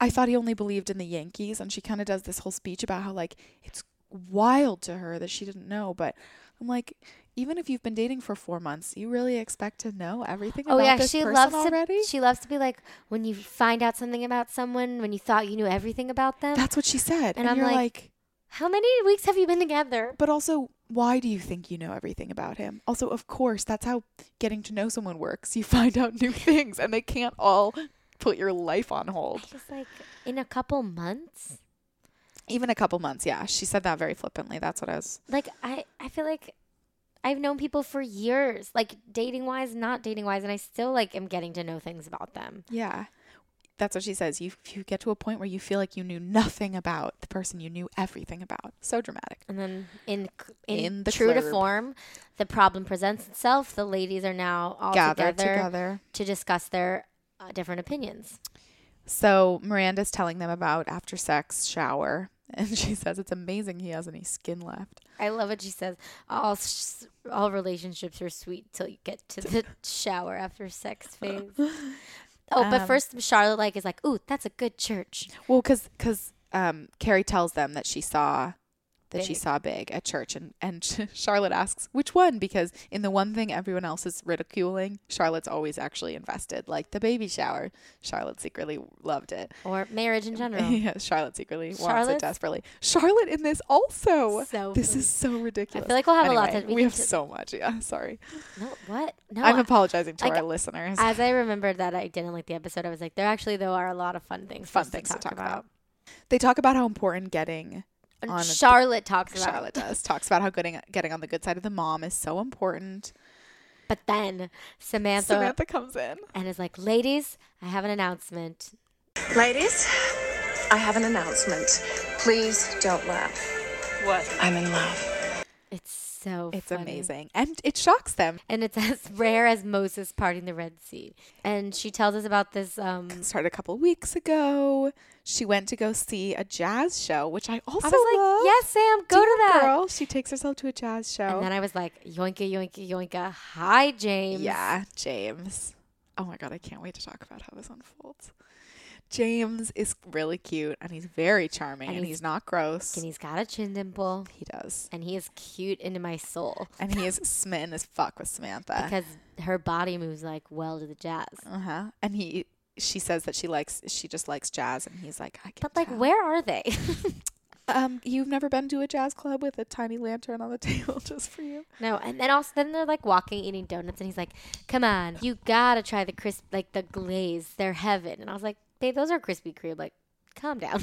Speaker 1: I thought he only believed in the Yankees. And she kind of does this whole speech about how, like, it's wild to her that she didn't know. But I'm like, even if you've been dating for four months, you really expect to know everything
Speaker 2: Oh
Speaker 1: about
Speaker 2: yeah,
Speaker 1: this
Speaker 2: she
Speaker 1: person
Speaker 2: loves
Speaker 1: already?
Speaker 2: to. She loves to be like when you find out something about someone when you thought you knew everything about them.
Speaker 1: That's what she said.
Speaker 2: And
Speaker 1: And,
Speaker 2: I'm
Speaker 1: you're
Speaker 2: like-
Speaker 1: like
Speaker 2: How many weeks have you been together?
Speaker 1: But also, why do you think you know everything about him? Also, of course, that's how getting to know someone works. You find out new things, and they can't all put your life on hold.
Speaker 2: Just like in a couple months.
Speaker 1: Even a couple months, yeah. She said that very flippantly. That's what I was.
Speaker 2: Like I, I feel like I've known people for years, like dating wise, not dating wise, and I still like am getting to know things about them.
Speaker 1: Yeah. That's what she says. You, you get to a point where you feel like you knew nothing about the person you knew everything about. So dramatic.
Speaker 2: And then in in,
Speaker 1: In the
Speaker 2: true to
Speaker 1: club.
Speaker 2: form, the problem presents itself. The ladies are now all
Speaker 1: Gathered
Speaker 2: together,
Speaker 1: together.
Speaker 2: to discuss their uh, different opinions.
Speaker 1: So Miranda's telling them about after sex shower, and she says it's amazing he has any skin left.
Speaker 2: I love what she says. All s- all relationships are sweet till you get to the shower after sex phase. Oh, but
Speaker 1: Um,
Speaker 2: first Charlotte like is like, "Ooh, that's a good church."
Speaker 1: Well, because um, Carrie tells them that she saw that she
Speaker 2: Big.
Speaker 1: saw Big at church, and and Charlotte asks which one because in the one thing everyone else is ridiculing, Charlotte's always actually invested, like the baby shower. Charlotte secretly loved it.
Speaker 2: Or marriage in general.
Speaker 1: yeah, Charlotte secretly wants it
Speaker 2: Charlotte's-
Speaker 1: desperately. Charlotte in this also.
Speaker 2: So
Speaker 1: this
Speaker 2: funny.
Speaker 1: is so ridiculous.
Speaker 2: like we'll have a lot that we
Speaker 1: we
Speaker 2: can
Speaker 1: have
Speaker 2: t-
Speaker 1: so much. Yeah, sorry.
Speaker 2: no, what? No.
Speaker 1: I'm
Speaker 2: I-
Speaker 1: apologizing to
Speaker 2: like,
Speaker 1: our listeners.
Speaker 2: As I remembered that I didn't like the episode, I was like, there actually though are a lot of fun things, for
Speaker 1: Fun
Speaker 2: us
Speaker 1: things
Speaker 2: to talk, about.
Speaker 1: they talk about how important getting
Speaker 2: And
Speaker 1: On a-
Speaker 2: Charlotte talks about,
Speaker 1: Charlotte does talks about how getting getting on the good side of the mom is so important.
Speaker 2: but then Samantha,
Speaker 1: Samantha comes in.
Speaker 2: and is like, "Ladies, I have an announcement."
Speaker 4: Ladies, I have an announcement. Please don't laugh. What? I'm in love.
Speaker 2: It's so
Speaker 1: It's
Speaker 2: funny.
Speaker 1: amazing. And it shocks them.
Speaker 2: and it's as rare as Moses parting the Red Sea. And she tells us about this. Um,
Speaker 1: Started a couple weeks ago. She went to go see a jazz show, which I also
Speaker 2: I was
Speaker 1: love.
Speaker 2: like, "Yes, Sam, go
Speaker 1: Dear
Speaker 2: to that."
Speaker 1: Girl, she takes herself to a jazz show.
Speaker 2: And then I was like, "Yoinka, yoinka, yoinka!" Hi, James.
Speaker 1: yeah, James. Oh my god, I can't wait to talk about how this unfolds. James is really cute and he's very charming and,
Speaker 2: And
Speaker 1: he's,
Speaker 2: he's
Speaker 1: not gross.
Speaker 2: And he's got a chin dimple,
Speaker 1: he does.
Speaker 2: and he is cute into my soul
Speaker 1: And he is smitten as fuck with Samantha.
Speaker 2: because her body moves like well to the jazz.
Speaker 1: Uh huh. And he, she says that she likes, she just likes jazz, and he's like, I can't.
Speaker 2: But like,
Speaker 1: tell."
Speaker 2: where are they?
Speaker 1: Um, you've never been to a jazz club with a tiny lantern on the table just for you.
Speaker 2: no. And then also, then they're like walking, eating donuts, and he's like, "Come on, you gotta try the crisp, like the glaze. They're heaven." And I was like, "Babe, those are Krispy Kreme. Like, calm down.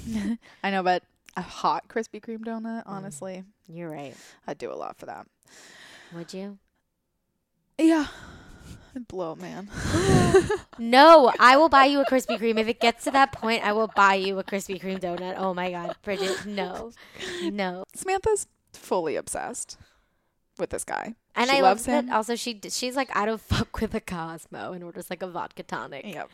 Speaker 1: I know, but a hot Krispy Kreme donut, honestly,
Speaker 2: You're right.
Speaker 1: I'd do a lot for that.
Speaker 2: Would you?"
Speaker 1: Yeah, I'd blow, man.
Speaker 2: Oh No, I will buy you a Krispy Kreme. If it gets to that point, I will buy you a Krispy Kreme donut. Oh my God, Bridget, no, no.
Speaker 1: Samantha's fully obsessed with this guy,
Speaker 2: And
Speaker 1: She
Speaker 2: I
Speaker 1: loves
Speaker 2: love that.
Speaker 1: him?
Speaker 2: Also, she she's like, I don't fuck with a Cosmo, and orders like a vodka tonic.
Speaker 1: Yep.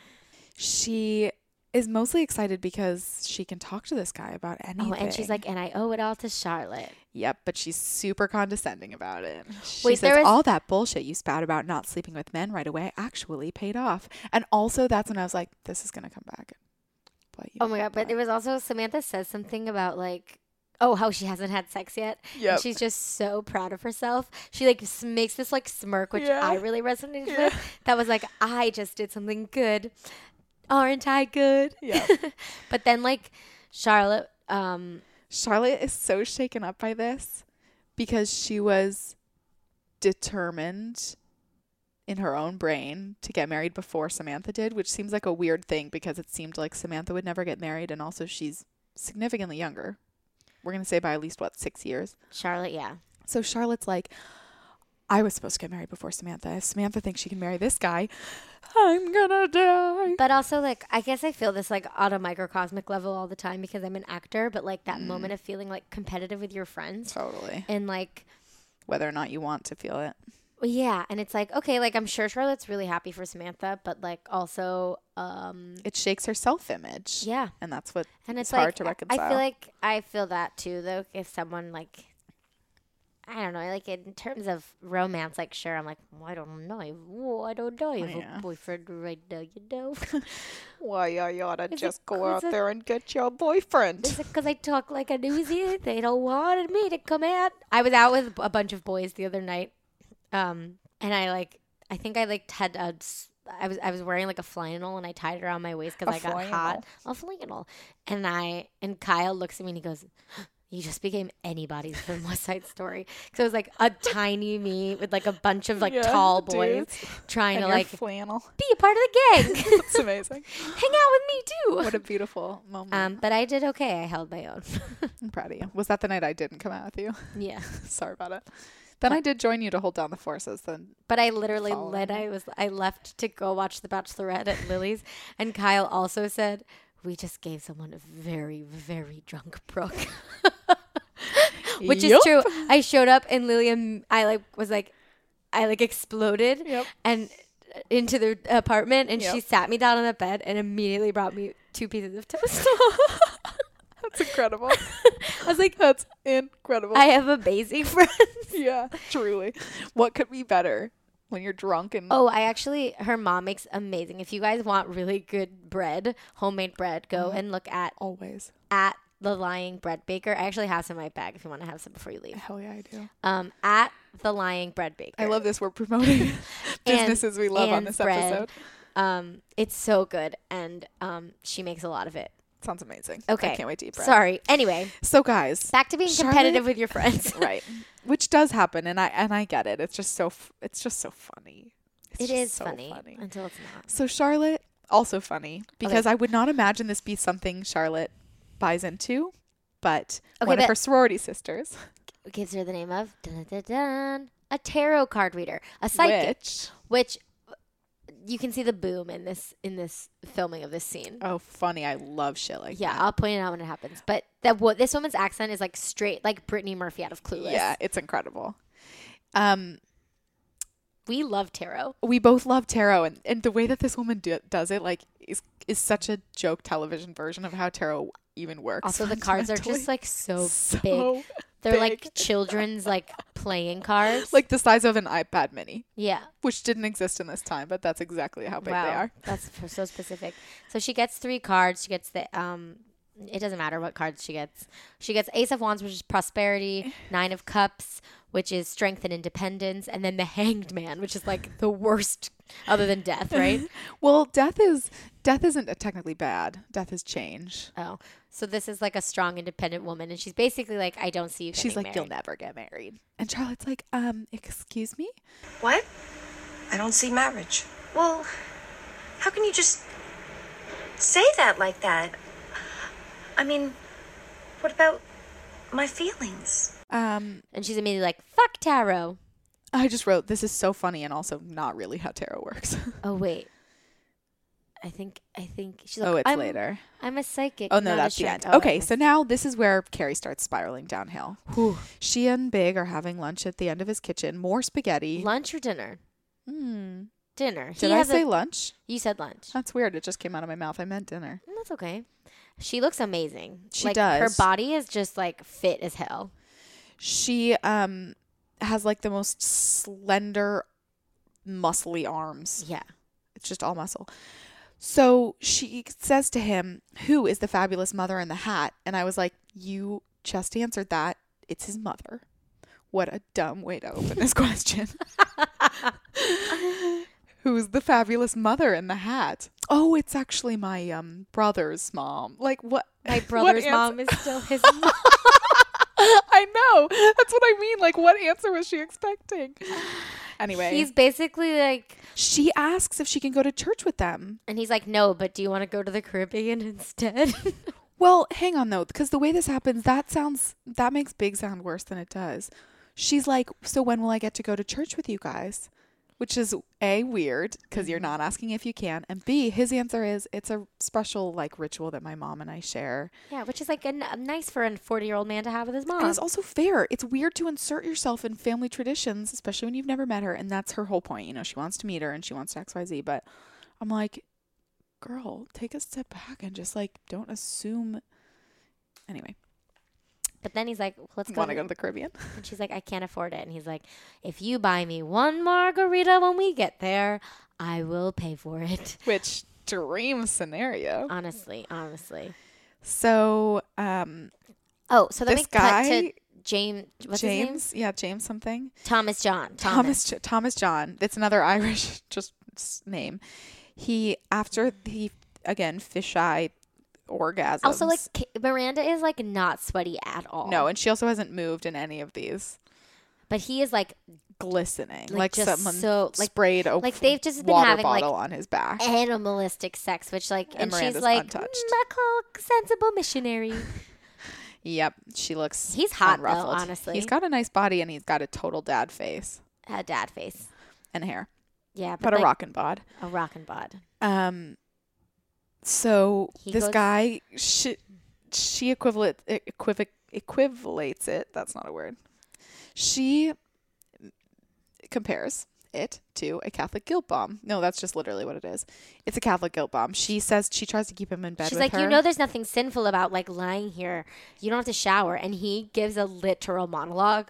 Speaker 1: She is mostly excited because she can talk to this guy about anything.
Speaker 2: Oh, and she's like, and I owe it all to Charlotte.
Speaker 1: Yep, but she's super condescending about it. She
Speaker 2: Wait,
Speaker 1: says
Speaker 2: there was-
Speaker 1: all that bullshit you spout about not sleeping with men right away actually paid off. And also, that's when I was like, this is gonna come back. But you
Speaker 2: Oh my God! But there was also Samantha says something about like. Oh, how she hasn't had sex yet. And
Speaker 1: Yep.
Speaker 2: She's just so proud of herself. She like s- makes this like smirk, which
Speaker 1: Yeah.
Speaker 2: I really resonated with. That was like, I just did something good. Aren't I good?
Speaker 1: yeah.
Speaker 2: But then like Charlotte, um,
Speaker 1: Charlotte is so shaken up by this because she was determined in her own brain to get married before Samantha did, which seems like a weird thing because it seemed like Samantha would never get married, and also she's significantly younger. We're gonna say by at least what six years.
Speaker 2: Charlotte, yeah.
Speaker 1: So Charlotte's like, I was supposed to get married before Samantha. If Samantha thinks she can marry this guy, I'm gonna die.
Speaker 2: But also like I guess I feel this like on a microcosmic level all the time because I'm an actor, but like
Speaker 1: Mm.
Speaker 2: that moment of feeling like competitive with your friends
Speaker 1: Totally.
Speaker 2: and like
Speaker 1: Whether or not you want to feel it.
Speaker 2: Well, yeah, and it's like okay, like I'm sure Charlotte's really happy for Samantha, but like also, um,
Speaker 1: It shakes her self image.
Speaker 2: yeah,
Speaker 1: And that's what
Speaker 2: and it's,
Speaker 1: it's hard
Speaker 2: like,
Speaker 1: to
Speaker 2: I-
Speaker 1: reconcile.
Speaker 2: I feel like I feel that too, though. If someone like, I don't know, like in terms of romance, like sure, I'm like, "Well, I don't know, Well, I don't know, I have
Speaker 1: Yeah.
Speaker 2: a boyfriend right now, you know,
Speaker 1: Why you oughta
Speaker 2: It's a-
Speaker 1: just go out
Speaker 2: it's a-
Speaker 1: there and get your boyfriend.
Speaker 2: because I talk like a newsie. They don't want me to come out. I was out with a bunch of boys the other night, um, and I like, I think I like had a. s- I was I was wearing like a flannel and I tied it around my waist because
Speaker 1: A
Speaker 2: I got hot. A flannel, and I and Kyle looks at me and he goes, "You just became anybody's from West Side Story." So it was like a tiny me with like a bunch of like
Speaker 1: Yeah,
Speaker 2: tall boys
Speaker 1: dudes. And
Speaker 2: trying to
Speaker 1: your
Speaker 2: like
Speaker 1: flannel.
Speaker 2: be a part of the gang, hang
Speaker 1: It's amazing.
Speaker 2: out with me too.
Speaker 1: What a beautiful moment.
Speaker 2: um, but I did okay. I held my own.
Speaker 1: I'm proud of you. Was that the night I didn't come out with you?
Speaker 2: yeah.
Speaker 1: Sorry about it. Then I did join you to hold down the forces. Then
Speaker 2: But I literally
Speaker 1: Following
Speaker 2: led. I was I left to go watch The Bachelorette at Lily's, and Kyle also said we just gave someone a very very drunk Brooke, which
Speaker 1: Yup.
Speaker 2: is true. I showed up and Lily, um, I like was like, I like exploded
Speaker 1: Yup.
Speaker 2: and uh, into the apartment, and she
Speaker 1: Yup.
Speaker 2: sat me down on the bed and immediately brought me two pieces of toast.
Speaker 1: That's incredible.
Speaker 2: I was like,
Speaker 1: That's incredible.
Speaker 2: I have amazing friends.
Speaker 1: yeah, truly. What could be better when you're drunk and
Speaker 2: Oh, I actually, her mom makes amazing. If you guys want really good bread, homemade bread, go
Speaker 1: Mm-hmm.
Speaker 2: and look at
Speaker 1: always?
Speaker 2: at the Lying Bread Baker. I actually have some in my bag if you want to have some before you leave.
Speaker 1: Hell yeah, I do.
Speaker 2: Um, at the Lying Bread Baker.
Speaker 1: I love this. We're promoting
Speaker 2: And-
Speaker 1: businesses we love on
Speaker 2: and
Speaker 1: this
Speaker 2: bread.
Speaker 1: episode.
Speaker 2: Um, it's so good, and um, she makes a lot of it.
Speaker 1: Sounds amazing.
Speaker 2: Okay,
Speaker 1: I can't wait to eat bread.
Speaker 2: Sorry. Anyway,
Speaker 1: So guys,
Speaker 2: back to being
Speaker 1: Charlotte-
Speaker 2: competitive with your friends.
Speaker 1: right, which does happen, and I and I get it. It's just so f- it's just so funny. It's
Speaker 2: It
Speaker 1: just
Speaker 2: is
Speaker 1: so
Speaker 2: funny, until it's not.
Speaker 1: So Charlotte also funny because I would not imagine this be something Charlotte buys into, but
Speaker 2: Okay,
Speaker 1: one of
Speaker 2: but-
Speaker 1: her sorority sisters,
Speaker 2: Gives her the name of dun, dun, dun, a tarot card reader, a psychic,
Speaker 1: which
Speaker 2: which uh, you can see the boom in this in this filming of this scene.
Speaker 1: oh funny, I love shit like
Speaker 2: Yeah,
Speaker 1: that.
Speaker 2: I'll point it out when it happens. But that what this woman's accent is like straight like Brittany Murphy out of Clueless.
Speaker 1: yeah, it's incredible. Um,
Speaker 2: we love tarot.
Speaker 1: we both love tarot, and, and the way that this woman do, does it, like, is is such a joke television version of how tarot even works.
Speaker 2: Also, the cards are just
Speaker 1: fundamentally.
Speaker 2: like so,
Speaker 1: So
Speaker 2: big. They're like
Speaker 1: big.
Speaker 2: children's like playing cards.
Speaker 1: like the size of an iPad Mini,
Speaker 2: yeah,
Speaker 1: which didn't exist in this time, but that's exactly how big they
Speaker 2: wow,
Speaker 1: are.
Speaker 2: that's f- so specific. So she gets three cards. She gets the um. It doesn't matter what cards she gets. She gets Ace of Wands, which is prosperity, Nine of Cups, which is strength and independence, and then the Hanged Man, which is like the worst other than death, right?
Speaker 1: Well, death is death isn't technically bad. Death is change.
Speaker 2: Oh, so this is like a strong, independent woman, and she's basically like, I don't see you.
Speaker 1: She's like,
Speaker 2: getting
Speaker 1: you'll
Speaker 2: married."
Speaker 1: never get married. And Charlotte's like, um, excuse me?
Speaker 3: What?
Speaker 4: I don't see marriage.
Speaker 3: Well, how can you just say that like that? I mean, what about my feelings?
Speaker 1: Um,
Speaker 2: and she's immediately like, "Fuck tarot."
Speaker 1: I just wrote, this is so funny and also not really how tarot works.
Speaker 2: Oh wait, I think I think she's like,
Speaker 1: oh, it's
Speaker 2: I'm,
Speaker 1: later.
Speaker 2: I'm a psychic.
Speaker 1: Oh no,
Speaker 2: not a
Speaker 1: that's the
Speaker 2: shrink."
Speaker 1: end.
Speaker 2: Oh,
Speaker 1: okay,
Speaker 2: that's
Speaker 1: so
Speaker 2: nice.
Speaker 1: now this is where Carrie starts spiraling downhill. She and Big are having lunch at the end of his kitchen. More spaghetti.
Speaker 2: lunch or dinner?
Speaker 1: Hmm.
Speaker 2: Dinner.
Speaker 1: Did
Speaker 2: He
Speaker 1: I
Speaker 2: has a-
Speaker 1: say lunch?
Speaker 2: You said lunch.
Speaker 1: That's weird. It just came out of my mouth. I meant dinner.
Speaker 2: That's okay. She looks amazing.
Speaker 1: She
Speaker 2: like, Her
Speaker 1: does.
Speaker 2: body is just like fit as hell.
Speaker 1: She um has like the most slender, muscly arms.
Speaker 2: Yeah.
Speaker 1: It's just all muscle. So she says to him, Who is the fabulous mother in the hat? And I was like, You just answered that. It's his mother. What a dumb way to open this question. Who's the fabulous mother in the hat? Oh, it's actually my um brother's mom. Like what?
Speaker 2: My
Speaker 1: what
Speaker 2: brother's
Speaker 1: ans-
Speaker 2: mom is still his mom.
Speaker 1: I know. That's what I mean. Like what answer was she expecting? Anyway,
Speaker 2: He's basically like,
Speaker 1: she asks if she can go to church with them.
Speaker 2: and he's like, no, but do you want to go to the Caribbean instead?
Speaker 1: Well, hang on though, because the way this happens, that sounds that makes Big sound worse than it does. She's like, "So when will I get to go to church with you guys?" which is a weird because you're not asking if you can, and b his answer is it's a special like ritual that my mom and I share,
Speaker 2: Yeah, which is like a n- nice for a 40 year old man to have with his mom.
Speaker 1: and it's also fair. It's weird to insert yourself in family traditions, especially when you've never met her, and that's her whole point. You know, she wants to meet her and she wants to X Y Z, but I'm like, girl, take a step back and just like don't assume. Anyway,
Speaker 2: but then he's like, let's go.
Speaker 1: want to go to the Caribbean?
Speaker 2: And she's like, I can't afford it. And he's like, if you buy me one margarita when we get there, I will pay for it.
Speaker 1: Which dream scenario?
Speaker 2: Honestly, honestly.
Speaker 1: So, um,
Speaker 2: Oh, so then
Speaker 1: This
Speaker 2: we cut
Speaker 1: guy-
Speaker 2: to James. What's his
Speaker 1: James, yeah, James something.
Speaker 2: name? Thomas John.
Speaker 1: Thomas
Speaker 2: Thomas.
Speaker 1: J- Thomas John. That's another Irish just s- name. He after the again fisheye orgasms.
Speaker 2: Also, like K- Miranda is like not sweaty at all.
Speaker 1: no, and she also hasn't moved in any of these.
Speaker 2: but he is like
Speaker 1: Glistening,
Speaker 2: Like,
Speaker 1: like,
Speaker 2: just
Speaker 1: someone
Speaker 2: so- like-
Speaker 1: sprayed a
Speaker 2: like, they've just been
Speaker 1: water
Speaker 2: having, like, eh.
Speaker 1: bottle on his back.
Speaker 2: animalistic sex, which like, and,
Speaker 1: And
Speaker 2: she's
Speaker 1: Miranda's
Speaker 2: like,
Speaker 1: untouched.
Speaker 2: knuckle sensible missionary.
Speaker 1: Yep, she looks.
Speaker 2: He's hot, though,
Speaker 1: unruffled.
Speaker 2: honestly.
Speaker 1: he's got a nice body and he's got a total dad face
Speaker 2: Had dad face.
Speaker 1: and hair,
Speaker 2: Yeah,
Speaker 1: but, a
Speaker 2: like,
Speaker 1: rockin' bod.
Speaker 2: a rockin' bod.
Speaker 1: Um, so
Speaker 2: He
Speaker 1: this
Speaker 2: goes-
Speaker 1: guy, she, she equivalent equiv- equivalates it. That's not a word. She compares it to a Catholic guilt bomb. No, that's just literally what it is. It's a Catholic guilt bomb. She says she tries to keep him in bed.
Speaker 2: She's
Speaker 1: with
Speaker 2: like,
Speaker 1: her.
Speaker 2: you know, there's nothing sinful about like lying here. You don't have to shower. And he gives a literal monologue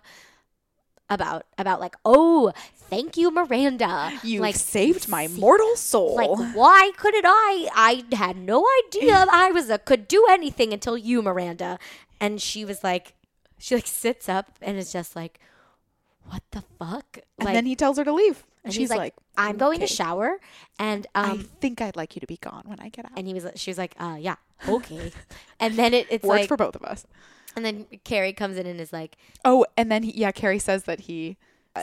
Speaker 2: about about like, oh, thank you, Miranda.
Speaker 1: you
Speaker 2: like
Speaker 1: saved my
Speaker 2: see-
Speaker 1: mortal soul.
Speaker 2: Like, why couldn't I? I had no idea I was a could do anything until you, Miranda. And she was like, she like sits up and is just like, what the fuck?
Speaker 1: and
Speaker 2: like,
Speaker 1: then he tells her to leave,
Speaker 2: and
Speaker 1: and she's like,
Speaker 2: I'm going to
Speaker 1: "Okay,
Speaker 2: shower, and um,
Speaker 1: I think I'd like you to be gone when I get out.
Speaker 2: and he was she was like, uh, yeah, okay. and then it, it's
Speaker 1: Works
Speaker 2: like,
Speaker 1: for both of us.
Speaker 2: and then Carrie comes in and is like,
Speaker 1: Oh, and then he, yeah, Carrie says that he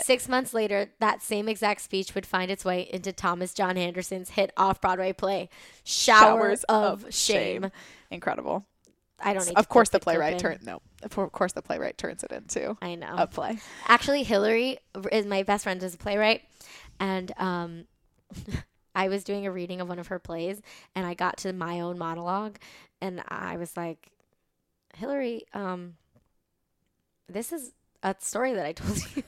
Speaker 2: Six months later, that same exact speech would find its way into Thomas John Anderson's hit off Broadway play, Showers, of, shame.
Speaker 1: Incredible.
Speaker 2: I don't need to
Speaker 1: Of course, the
Speaker 2: put clip
Speaker 1: playwright
Speaker 2: in.
Speaker 1: turn no. Of of course, the playwright turns it into
Speaker 2: I know.
Speaker 1: a play.
Speaker 2: Actually, Hillary is my best friend is a playwright, and um, I was doing a reading of one of her plays, and I got to my own monologue, and I was like, Hillary, um, this is a story that I told you.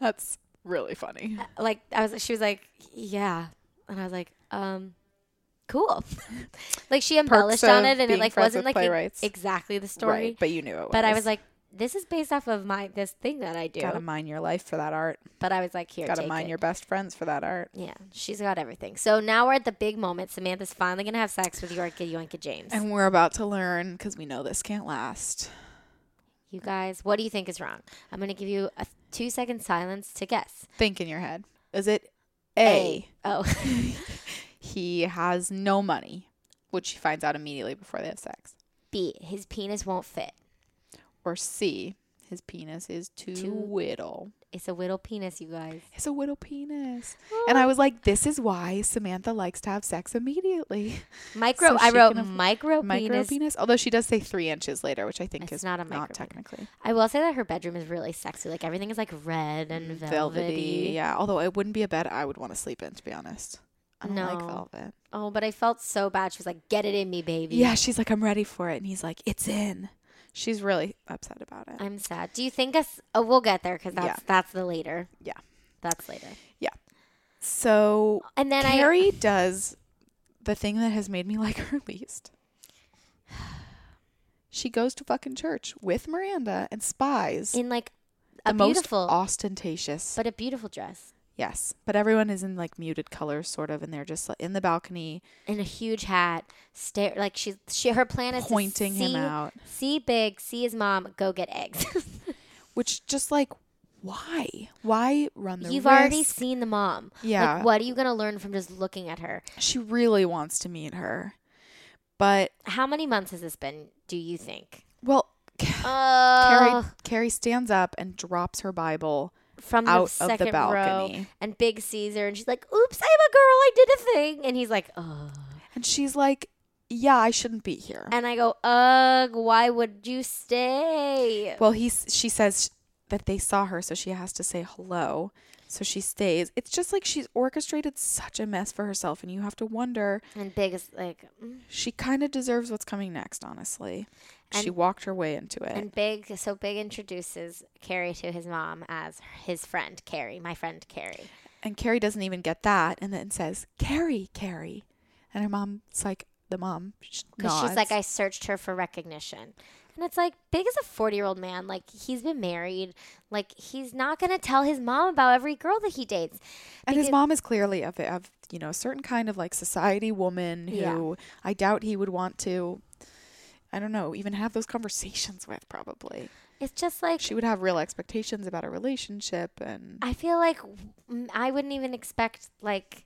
Speaker 1: That's really funny.
Speaker 2: like I was she was like, Yeah. And I was like, um, cool. like she embellished
Speaker 1: Perks
Speaker 2: on
Speaker 1: of
Speaker 2: it and it
Speaker 1: being
Speaker 2: like
Speaker 1: friends
Speaker 2: wasn't
Speaker 1: with
Speaker 2: like e-
Speaker 1: playwrights.
Speaker 2: exactly the story.
Speaker 1: Right,
Speaker 2: but
Speaker 1: but you knew it. Was.
Speaker 2: I was like, this is based off of my this thing that I do.
Speaker 1: gotta mine your life for that art.
Speaker 2: but I was like, here,
Speaker 1: Gotta
Speaker 2: take
Speaker 1: mine
Speaker 2: it.
Speaker 1: your best friends for that art.
Speaker 2: yeah, she's got everything. So now we're at the big moment. Samantha's finally gonna have sex with Yorka Yoinka James.
Speaker 1: And we're about to learn because we know this can't last.
Speaker 2: you guys, what do you think is wrong? I'm gonna give you a two second silence to guess.
Speaker 1: Think in your head. Is it a?
Speaker 2: Oh.
Speaker 1: He has no money, which she finds out immediately before they have sex.
Speaker 2: B. His penis won't fit.
Speaker 1: Or C. His penis is too,
Speaker 2: Too-
Speaker 1: whittle.
Speaker 2: It's a little penis, you guys.
Speaker 1: It's a whittle penis. And I was like, this is why Samantha likes to have sex immediately.
Speaker 2: Micro.
Speaker 1: So
Speaker 2: I
Speaker 1: she
Speaker 2: wrote
Speaker 1: can aff-
Speaker 2: micro,
Speaker 1: micro
Speaker 2: penis.
Speaker 1: penis. Although she does say three inches later, which I think
Speaker 2: It's
Speaker 1: is
Speaker 2: not
Speaker 1: not,
Speaker 2: a micro penis.
Speaker 1: technically
Speaker 2: I will say that her bedroom is really sexy. Like everything is like red and velvety.
Speaker 1: Mm, Yeah. Although it wouldn't be a bed I would want to sleep in, to be honest. I don't like
Speaker 2: No.
Speaker 1: velvet.
Speaker 2: Oh, but I felt so bad. She was like, "Get it in me, baby."
Speaker 1: Yeah, she's like, I'm ready for it. And he's like, it's in. She's really upset about it.
Speaker 2: I'm sad. Do you think us? Oh, we'll get there because that's
Speaker 1: Yeah.
Speaker 2: that's the later.
Speaker 1: yeah.
Speaker 2: That's later.
Speaker 1: Yeah. So
Speaker 2: And then I.
Speaker 1: Carrie does the thing that has made me like her least. She goes to fucking church with Miranda and spies
Speaker 2: in like
Speaker 1: the
Speaker 2: a
Speaker 1: most
Speaker 2: beautiful,
Speaker 1: ostentatious.
Speaker 2: but a beautiful dress
Speaker 1: yes, but everyone is in like muted colors, sort of, and they're just like, in the balcony.
Speaker 2: and a huge hat. Stare like she's she her plan is to
Speaker 1: Pointing him
Speaker 2: see-
Speaker 1: out.
Speaker 2: See big, see his mom. Go get eggs.
Speaker 1: Which just like, why? Why run the
Speaker 2: You've already
Speaker 1: risk?
Speaker 2: seen the mom.
Speaker 1: Yeah.
Speaker 2: Like, what are you gonna learn from just looking at her?
Speaker 1: She really wants to meet her, but
Speaker 2: How many months has this been? Do you think?
Speaker 1: well,
Speaker 2: Oh,
Speaker 1: Carrie Carrie stands up and drops her Bible.
Speaker 2: from
Speaker 1: out
Speaker 2: the
Speaker 1: of the
Speaker 2: second row,
Speaker 1: balcony.
Speaker 2: and Big Caesar, and she's like, "Oops, I'm a girl. I did a thing," and he's like, "Oh." "Ugh,"
Speaker 1: And she's like, Yeah, I shouldn't be here.
Speaker 2: and I go, "Ugh, why would you stay?"
Speaker 1: Well, he's she says that they saw her, so she has to say hello. So she stays. It's just like she's orchestrated such a mess for herself, and you have to wonder.
Speaker 2: And Big is like, mm.
Speaker 1: She kind of deserves what's coming next, honestly. she
Speaker 2: And-
Speaker 1: walked her way into it.
Speaker 2: and Big, so Big introduces Carrie to his mom as his friend Carrie, my friend Carrie.
Speaker 1: And Carrie doesn't even get that and then says, Carrie, Carrie. And her mom's like, the mom. sh-
Speaker 2: Because she's like,
Speaker 1: nods.
Speaker 2: I searched her for recognition. And it's like, Big is a 40 year old man. Like, he's been married. Like, he's not going to tell his mom about every girl that he dates.
Speaker 1: And his
Speaker 2: because-
Speaker 1: mom is clearly of, of, you know, a certain kind of like society woman
Speaker 2: Yeah.
Speaker 1: who I doubt he would want to, I don't know, even have those conversations with probably.
Speaker 2: It's just like,
Speaker 1: She would have real expectations about a relationship and.
Speaker 2: I feel like mm, I wouldn't even expect, like,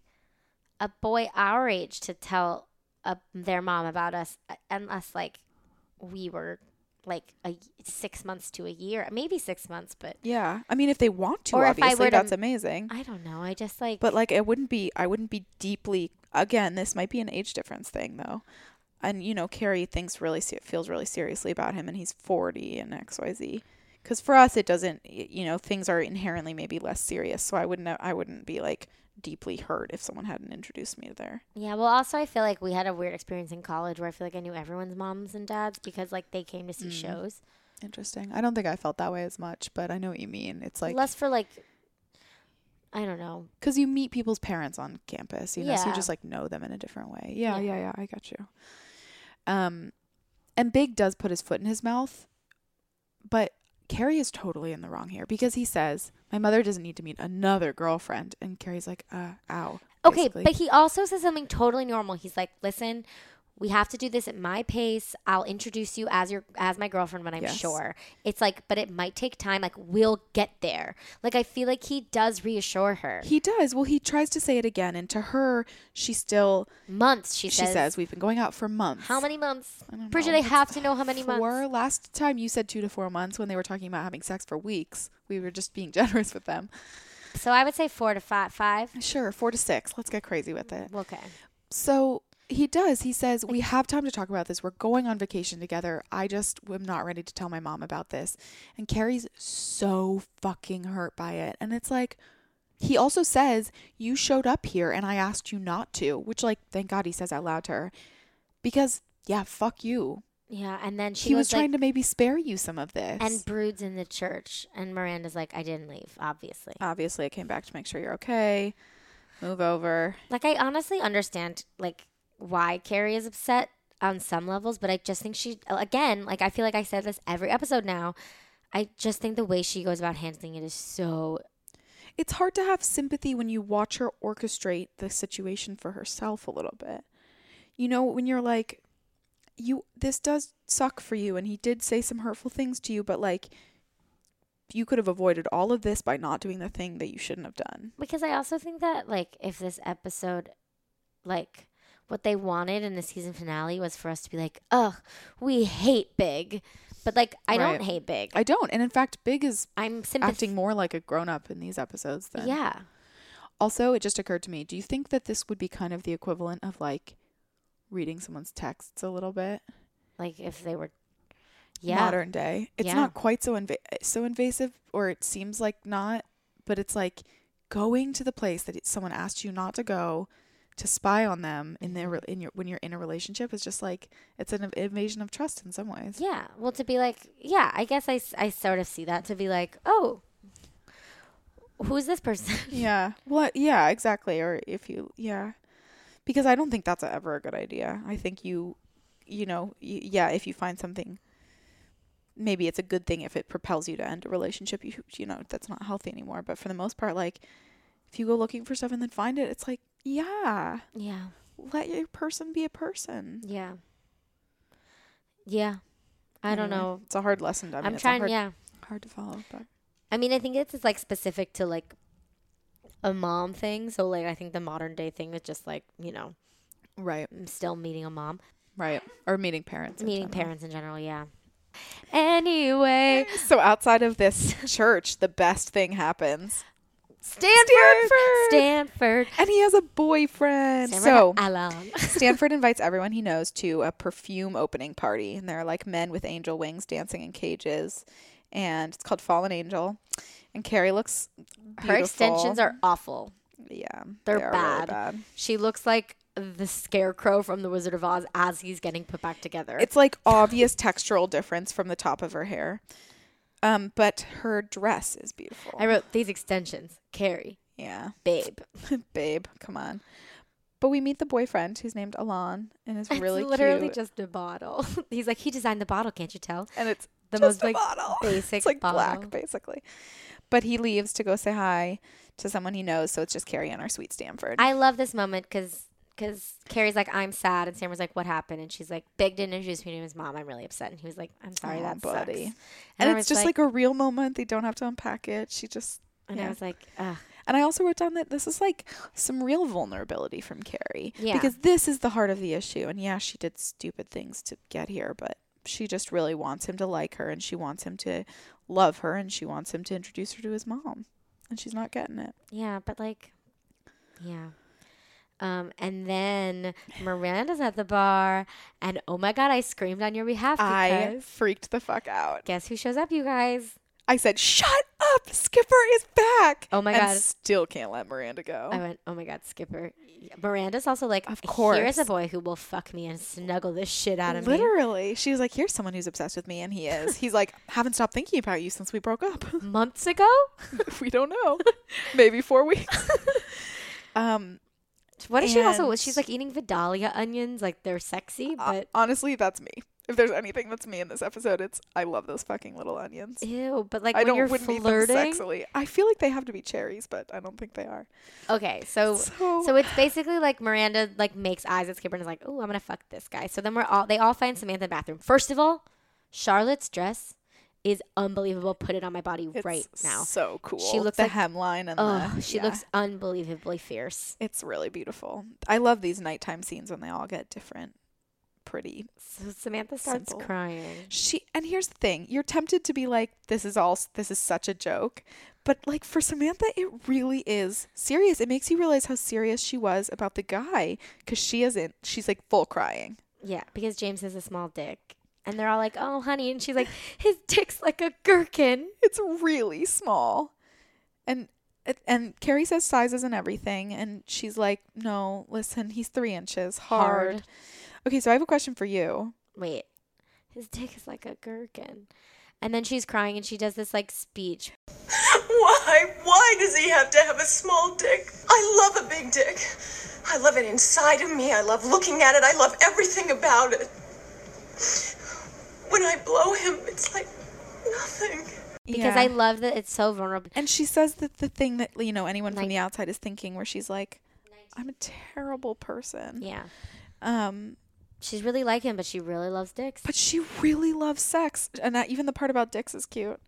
Speaker 2: a boy our age to tell uh, their mom about us uh, unless, like, we were, like, a, y- six months to a year. Maybe six months, but
Speaker 1: yeah. I mean, if they want to,
Speaker 2: Or if I
Speaker 1: obviously,
Speaker 2: were to-
Speaker 1: that's amazing.
Speaker 2: I don't know. I just, like,
Speaker 1: Mm. But like it wouldn't be I wouldn't be deeply again, this might be an age difference thing though. And you know, Carrie thinks really se- feels really seriously about him and he's 40 and XYZ. Cuz for us it doesn't y- you know, things are inherently maybe less serious, so I wouldn't I wouldn't be like deeply hurt if someone hadn't introduced me to there.
Speaker 2: Yeah, well, also I feel like we had a weird experience in college where I feel like I knew everyone's moms and dads because like they came to see
Speaker 1: Mm.
Speaker 2: shows.
Speaker 1: Interesting. I don't think I felt that way as much, but I know what you mean. It's like
Speaker 2: Less for like, I don't know.
Speaker 1: cuz you meet people's parents on campus, you know, so you
Speaker 2: Yeah.
Speaker 1: just like know them in a different way. Yeah, yeah,
Speaker 2: Yeah.
Speaker 1: yeah, I got you. Um and Big does put his foot in his mouth, but Carrie is totally in the wrong here because he says, "My mother doesn't need to meet another girlfriend." And Carrie's like, "Uh, ow."
Speaker 2: Okay,
Speaker 1: basically.
Speaker 2: but he also says something totally normal. He's like, "Listen, we have to do this at my pace. I'll introduce you as your as my girlfriend when I'm
Speaker 1: Yes.
Speaker 2: sure." It's like, but it might take time. Like we'll get there. Like I feel like he does reassure her.
Speaker 1: he does. Well, he tries to say it again, and to her, she still
Speaker 2: months she,
Speaker 1: she says,
Speaker 2: says.
Speaker 1: "We've been going out for months."
Speaker 2: How many months,
Speaker 1: don't know.
Speaker 2: Bridget? I have to know how many
Speaker 1: four?
Speaker 2: months.
Speaker 1: Last time you said two to four months when they were talking about having sex for weeks. We were just being generous with them.
Speaker 2: So I would say four to five. Five.
Speaker 1: Sure, four to six. Let's get crazy with it.
Speaker 2: Okay.
Speaker 1: So he does. He says, We have time to talk about this. We're going on vacation together. I just am not ready to tell my mom about this. And Carrie's so fucking hurt by it. And it's like, he also says, You showed up here and I asked you not to, which, like, thank God he says out loud to her. Because, yeah, fuck you.
Speaker 2: Yeah, and then she
Speaker 1: he was, trying to
Speaker 2: like,
Speaker 1: maybe spare you some of this.
Speaker 2: and broods in the church, and Miranda's like, I didn't leave, obviously.
Speaker 1: obviously, I came back to make sure you're okay. Move over.
Speaker 2: Like I honestly understand like why Carrie is upset on some levels, but I just think she again, like I feel like I said this every episode now. I just think the way she goes about handling it is so
Speaker 1: it's hard to have sympathy when you watch her orchestrate the situation for herself a little bit. You know, when you're like, you this does suck for you, and he did say some hurtful things to you, but like, you could have avoided all of this by not doing the thing that you shouldn't have done.
Speaker 2: because I also think that like if this episode like what they wanted in the season finale was for us to be like, "Ugh, we hate Big." But like I
Speaker 1: Right.
Speaker 2: don't hate Big. I,
Speaker 1: I don't, and in fact, Big is
Speaker 2: am
Speaker 1: acting
Speaker 2: sympathetic.
Speaker 1: more like a grown up in these episodes than
Speaker 2: Yeah.
Speaker 1: Also, it just occurred to me: Do you think that this would be kind of the equivalent of like reading someone's texts a little bit?
Speaker 2: Like if they were Yeah.
Speaker 1: modern day. It's
Speaker 2: Yeah.
Speaker 1: not quite so inv- so invasive, or it seems like not, but it's like going to the place that it- someone asked you not to go to spy on them in
Speaker 2: Mm-hmm.
Speaker 1: their re- in your when you're in a relationship is just like it's an invasion of trust in some ways.
Speaker 2: Yeah. Well, to be like, yeah, I guess I, s- I sort of see that to be like, oh, who's this person?
Speaker 1: Yeah. What? Yeah. Exactly. Or if you, yeah, because I don't think that's ever a good idea. I think you, you know, y- yeah, if you find something, maybe it's a good thing if it propels you to end a relationship. You, you know, that's not healthy anymore. But for the most part, like, if you go looking for stuff and then find it, it's like, yeah,
Speaker 2: yeah.
Speaker 1: let your person be a person.
Speaker 2: Yeah. Yeah. I don't
Speaker 1: Anyway,
Speaker 2: know.
Speaker 1: It's a hard lesson. To, I
Speaker 2: I
Speaker 1: mean,
Speaker 2: am
Speaker 1: it's a
Speaker 2: trying,
Speaker 1: Hard,
Speaker 2: yeah.
Speaker 1: Hard to follow, but
Speaker 2: I mean, I think it's just, like specific to like a mom thing. So, like, I think the modern day thing is just like, you know,
Speaker 1: right,
Speaker 2: I'm still meeting a mom,
Speaker 1: right, or meeting parents. in
Speaker 2: meeting
Speaker 1: general.
Speaker 2: parents in general. Yeah. Anyway,
Speaker 1: So outside of this church, the best thing happens.
Speaker 2: Stanford.
Speaker 1: Stanford.
Speaker 2: Stanford.
Speaker 1: and he has a boyfriend.
Speaker 2: Stanford
Speaker 1: so
Speaker 2: alum.
Speaker 1: Stanford invites everyone he knows to a perfume opening party, and they're like men with angel wings dancing in cages, and it's called Fallen Angel. And Carrie looks beautiful.
Speaker 2: Her extensions are awful.
Speaker 1: yeah,
Speaker 2: They're
Speaker 1: they are really
Speaker 2: bad. She looks like the scarecrow from The Wizard of Oz as he's getting put back together.
Speaker 1: It's like obvious textural difference from the top of her hair. Um, but her dress is beautiful.
Speaker 2: I wrote these extensions. Carrie,
Speaker 1: yeah.
Speaker 2: babe.
Speaker 1: Babe, come on. But we meet the boyfriend who's named Alon and is really
Speaker 2: it's literally
Speaker 1: cute.
Speaker 2: just a bottle. he's like, he designed the bottle, can't you tell?
Speaker 1: and it's
Speaker 2: the
Speaker 1: just
Speaker 2: most,
Speaker 1: a
Speaker 2: like,
Speaker 1: bottle.
Speaker 2: basic
Speaker 1: it's like
Speaker 2: bottle.
Speaker 1: black basically. But he leaves to go say hi to someone he knows, so it's just Carrie and our sweet Stanford.
Speaker 2: I love this moment because because Carrie's like, I'm sad, and Sam was like, What happened? And she's like, Big didn't introduce me to his mom. I'm really upset. And he was like, I'm sorry,
Speaker 1: Aw,
Speaker 2: that
Speaker 1: Oh, buddy.
Speaker 2: sucks.
Speaker 1: and
Speaker 2: I
Speaker 1: it's
Speaker 2: was
Speaker 1: just like, a real moment. They don't have to unpack it. She just
Speaker 2: and I was like, Ugh.
Speaker 1: And I also wrote down that this is like some real vulnerability from Carrie.
Speaker 2: Yeah.
Speaker 1: Because this is the heart of the issue. And yeah, she did stupid things to get here, but she just really wants him to like her and she wants him to love her and she wants him to introduce her to his mom. And she's not getting it.
Speaker 2: Yeah, but like, yeah. Um, and then Miranda's at the bar, and oh my god, I screamed on your behalf
Speaker 1: I
Speaker 2: because
Speaker 1: freaked the fuck out.
Speaker 2: guess who shows up, you guys?
Speaker 1: I said, Shut up, Skipper is back.
Speaker 2: Oh my
Speaker 1: and
Speaker 2: God.
Speaker 1: Still can't let Miranda go.
Speaker 2: I went, oh my god, Skipper. Yeah, Miranda's also like,
Speaker 1: Of
Speaker 2: here is a
Speaker 1: course.
Speaker 2: boy who will fuck me and snuggle this shit out of me.
Speaker 1: Literally. She was like, Here's someone who's obsessed with me and he is. He's like, Haven't stopped thinking about you since we broke up.
Speaker 2: Months ago,
Speaker 1: we don't know. Maybe four weeks. um,
Speaker 2: What is she also?
Speaker 1: And-
Speaker 2: She's like eating Vidalia onions, like they're sexy,
Speaker 1: ho-
Speaker 2: but
Speaker 1: uh, honestly, that's me. If there's anything that's me in this episode, it's I love those fucking little onions.
Speaker 2: ew. But like
Speaker 1: I
Speaker 2: when
Speaker 1: don't
Speaker 2: you're
Speaker 1: wouldn't eat them
Speaker 2: flirting,
Speaker 1: sexily. I feel like they have to be cherries, but I don't think they are.
Speaker 2: okay. So, so
Speaker 1: So-
Speaker 2: it's basically like Miranda like makes eyes at Skipper and is like, "Oh, I'm gonna fuck this guy." So then we're all they all find Samantha in the bathroom. First of all, Charlotte's dress is unbelievable. Put it on my body
Speaker 1: It's
Speaker 2: right now.
Speaker 1: so cool.
Speaker 2: She looks
Speaker 1: the
Speaker 2: like-
Speaker 1: hemline and
Speaker 2: Oh,
Speaker 1: the,
Speaker 2: she
Speaker 1: yeah.
Speaker 2: looks unbelievably fierce.
Speaker 1: It's really beautiful. I love these nighttime scenes when they all get different, pretty
Speaker 2: So Samantha starts
Speaker 1: Simple.
Speaker 2: crying.
Speaker 1: She and here's the thing: you're tempted to be like, "This is all. This is such a joke," but like for Samantha, it really is serious. It makes you realize how serious she was about the guy because she isn't. She's like full crying.
Speaker 2: Yeah, because James has a small dick, and they're all like, "Oh, honey," and she's like, "His dick's like a gherkin."
Speaker 1: It's really small, and and Carrie says sizes and everything, and she's like, "No, listen, he's three inches hard."
Speaker 2: Hard.
Speaker 1: Okay, so I have a question for you.
Speaker 2: wait, his dick is like a gherkin. And then she's crying and she does this like speech.
Speaker 4: Why? Why does he have to have a small dick? I love a big dick. I love it inside of me. I love looking at it. I love everything about it. When I blow him, it's like nothing.
Speaker 2: Because
Speaker 1: Yeah.
Speaker 2: I love that it's so vulnerable.
Speaker 1: And she says that the thing that you know anyone
Speaker 2: Like-
Speaker 1: from the outside is thinking, where she's like, "I'm a terrible person."
Speaker 2: Yeah.
Speaker 1: Um,
Speaker 2: She's really like him, but she really loves dicks.
Speaker 1: but she really loves sex, and that, even the part about dicks is cute.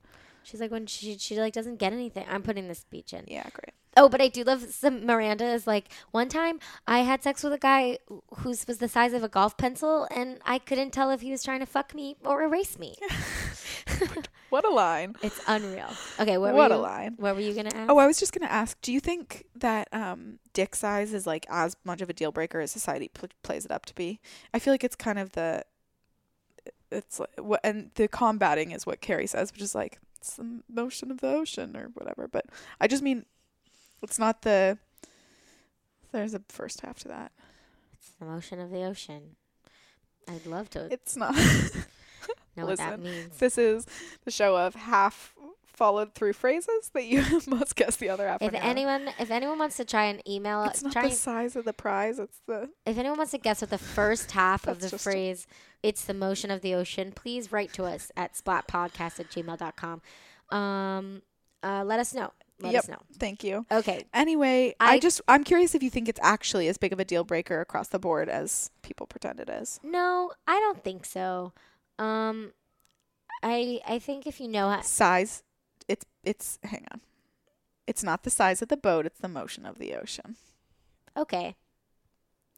Speaker 2: She's like when she she like doesn't get anything. I'm putting this speech in.
Speaker 1: Yeah, great.
Speaker 2: Oh, but I do love some Miranda is like one time I had sex with a guy who was the size of a golf pencil and I couldn't tell if he was trying to fuck me or erase me.
Speaker 1: What a line!
Speaker 2: it's unreal. Okay, what,
Speaker 1: What
Speaker 2: were
Speaker 1: a
Speaker 2: you,
Speaker 1: line.
Speaker 2: What were you gonna ask?
Speaker 1: Oh, I was just gonna ask: Do you think that um, dick size is like as much of a deal breaker as society pl- plays it up to be? I feel like it's kind of the it's like, what and the combating is what Carrie says, which is like it's the motion of the ocean or whatever. But I just mean it's not the there's a first half to that.
Speaker 2: It's the motion of the ocean. I'd love to
Speaker 1: It's not.
Speaker 2: know what that means.
Speaker 1: This is the show of half followed through phrases that you must guess the other half.
Speaker 2: If
Speaker 1: are now.
Speaker 2: anyone, if anyone wants to try and email,
Speaker 1: it's not
Speaker 2: try
Speaker 1: the
Speaker 2: and-
Speaker 1: size of the prize; it's the
Speaker 2: if anyone wants to guess what the first half of
Speaker 1: That's
Speaker 2: the
Speaker 1: just a-
Speaker 2: phrase "it's the motion of the ocean," please write to us at splatpodcast at gmail.com. Um, uh, let us know. Let
Speaker 1: yep.
Speaker 2: us know.
Speaker 1: Thank you.
Speaker 2: Okay.
Speaker 1: Anyway, I,
Speaker 2: I-
Speaker 1: just I'm curious if you think it's actually as big of a deal breaker across the board as people pretend it is.
Speaker 2: No, I don't think so. Um, I I think if you know how,
Speaker 1: Size, it's it's hang on, it's not the size of the boat; it's the motion of the ocean.
Speaker 2: okay.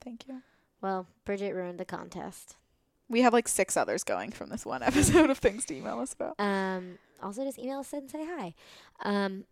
Speaker 1: Thank you.
Speaker 2: Well, Bridget ruined the contest.
Speaker 1: We have like six others going from this one episode of things to email us about.
Speaker 2: Um, also, just email us and say hi. Um,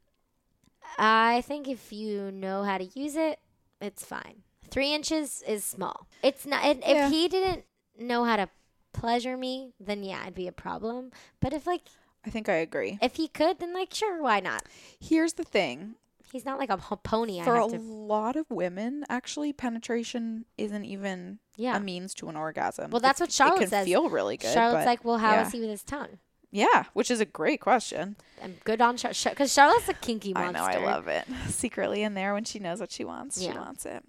Speaker 2: I think if you know how to use it, it's fine. Three inches is small. It's not. It,
Speaker 1: Yeah.
Speaker 2: If he didn't know how to pleasure me, then yeah, it'd be a problem. But if like
Speaker 1: I think I agree.
Speaker 2: If he could, then like sure, why not?
Speaker 1: Here's the thing
Speaker 2: He's not like a h- pony. I
Speaker 1: for a
Speaker 2: have to.
Speaker 1: lot of women, actually, penetration isn't even
Speaker 2: Yeah.
Speaker 1: a means to an orgasm.
Speaker 2: Well, that's
Speaker 1: It-
Speaker 2: what Charlotte
Speaker 1: it can
Speaker 2: says.
Speaker 1: feel really good.
Speaker 2: Charlotte's
Speaker 1: but
Speaker 2: like, well, how is
Speaker 1: yeah.
Speaker 2: he with his tongue?
Speaker 1: Yeah, which is a great question.
Speaker 2: I'm good on Charlotte because Charlotte's a kinky monster.
Speaker 1: I know, I love it. Secretly in there when she knows what she wants, she
Speaker 2: Yeah.
Speaker 1: wants it.